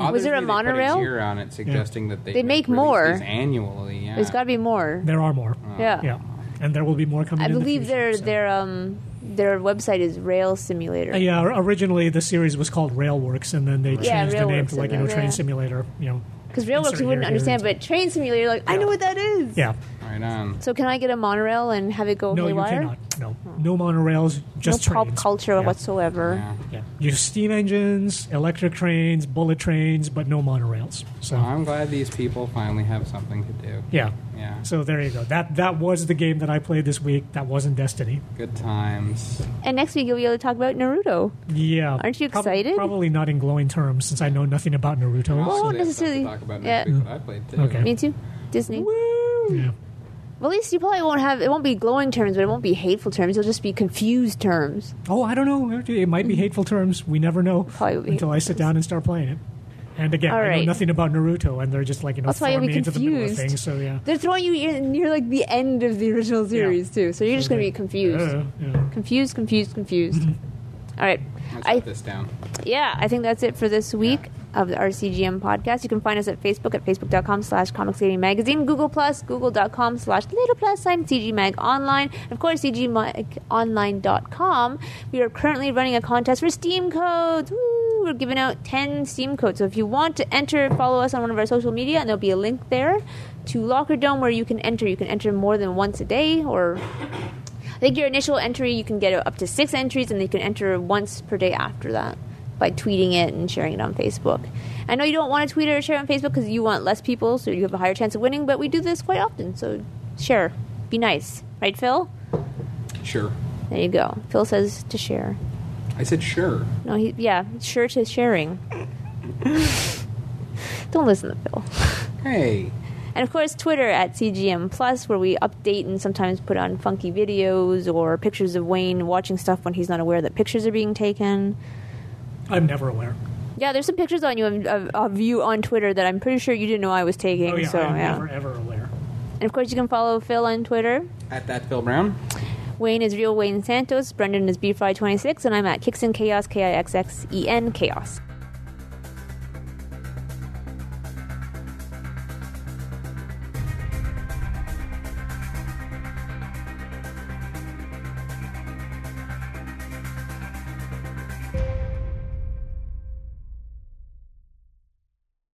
Speaker 1: Was there a
Speaker 3: Obviously, they put
Speaker 1: monorail?
Speaker 3: year on it, suggesting that they
Speaker 1: They make
Speaker 3: release
Speaker 1: more.
Speaker 3: these annually. Yeah.
Speaker 1: There's got to be more.
Speaker 2: there are more.
Speaker 1: Yeah.
Speaker 2: yeah. And there will be more coming
Speaker 1: Ah. I
Speaker 2: in the
Speaker 1: believe
Speaker 2: future,
Speaker 1: their
Speaker 2: so.
Speaker 1: their um their website is Rail Simulator.
Speaker 2: Uh, Yeah, or- originally the series was called Railworks, and then they
Speaker 1: Yeah,
Speaker 2: changed the name
Speaker 1: Railworks
Speaker 2: to like you
Speaker 1: and
Speaker 2: know
Speaker 1: then-
Speaker 2: Train
Speaker 1: yeah.
Speaker 2: Simulator. You know,
Speaker 1: Because railroads
Speaker 2: insert
Speaker 1: you wouldn't
Speaker 2: here, here,
Speaker 1: understand,
Speaker 2: insert-
Speaker 1: but train simulator, like I know what that is.
Speaker 2: yeah,
Speaker 3: right on.
Speaker 1: So can I get a monorail and have it go over
Speaker 2: no,
Speaker 1: the
Speaker 2: you
Speaker 1: wire?
Speaker 2: cannot. No, no monorails,
Speaker 1: No
Speaker 2: just
Speaker 1: pop
Speaker 2: trains.
Speaker 1: culture
Speaker 2: yeah.
Speaker 1: whatsoever.
Speaker 3: Yeah.
Speaker 2: Yeah, your steam engines, electric trains, bullet trains, but no monorails. So
Speaker 1: Ah.
Speaker 3: I'm glad these people finally have something to do.
Speaker 2: yeah,
Speaker 3: Yeah.
Speaker 2: So there you go. That that was the game that I played this week. That wasn't Destiny.
Speaker 3: Good times.
Speaker 1: And next week you'll be able to talk about Naruto.
Speaker 2: Yeah.
Speaker 1: Aren't you
Speaker 2: Prob-
Speaker 1: excited?
Speaker 2: probably not in glowing terms, since I know nothing about Naruto.
Speaker 3: Also,
Speaker 1: won't
Speaker 3: they have stuff to
Speaker 1: necessarily-
Speaker 3: Talk about
Speaker 1: yeah.
Speaker 3: next week, what I played too.
Speaker 2: Okay.
Speaker 1: Me too. Disney. Oh.
Speaker 2: Yeah.
Speaker 1: Well, at least you probably won't have it won't be glowing terms, but it won't be hateful terms. It'll just be confused terms.
Speaker 2: Oh, I don't know. It might be hateful terms. We never know
Speaker 1: Hmm. Probably would be
Speaker 2: until I sit down and start playing it. And again,
Speaker 1: All
Speaker 2: I know
Speaker 1: right.
Speaker 2: nothing about Naruto, and they're just like you know
Speaker 1: That's why
Speaker 2: throwing
Speaker 1: you'll
Speaker 2: me
Speaker 1: be
Speaker 2: into the middle of
Speaker 1: confused.
Speaker 2: things. So yeah,
Speaker 1: They're throwing you in near like the end of the original series too, so you're just going to be confused,
Speaker 2: Yeah, yeah.
Speaker 1: confused, confused, confused. All right,
Speaker 3: Let's
Speaker 1: I
Speaker 3: put this down.
Speaker 1: yeah, I think that's it for this week of the RCGM podcast. You can find us at Facebook at facebook.com slash comics gaming magazine, Google Plus, google.com slash little plus sign, CG Mag Online, of course, cgmagonline.com. We are currently running a contest for Steam codes. Woo! We're giving out 10 Steam codes. So if you want to enter, follow us on one of our social media, and there'll be a link there to Locker Dome where you can enter. You can enter more than once a day or I think your initial entry, you can get up to six entries, and you can enter once per day after that by tweeting it and sharing it on Facebook. I know you don't want to tweet or share on Facebook because you want less people, so you have a higher chance of winning, but we do this quite often, so share. Be nice. Right, Phil?
Speaker 3: Sure.
Speaker 1: There you go. Phil says to share.
Speaker 3: I said sure.
Speaker 1: No, he, yeah, sure to sharing. don't listen to Phil.
Speaker 3: Hey.
Speaker 1: And of course, Twitter at CGM Plus, where we update and sometimes put on funky videos or pictures of Wayne watching stuff when he's not aware that pictures are being taken.
Speaker 2: I'm never aware.
Speaker 1: Yeah, there's some pictures on you of, of, of you on Twitter that I'm pretty sure you didn't know I was taking.
Speaker 2: Oh yeah,
Speaker 1: so
Speaker 2: I'm
Speaker 1: yeah.
Speaker 2: never ever aware.
Speaker 1: And of course, you can follow Phil on Twitter.
Speaker 3: At that Phil Brown.
Speaker 1: Wayne is real Wayne Santos. Brendan is bfry 26 and I'm at Kixen Chaos K I X X E N Chaos.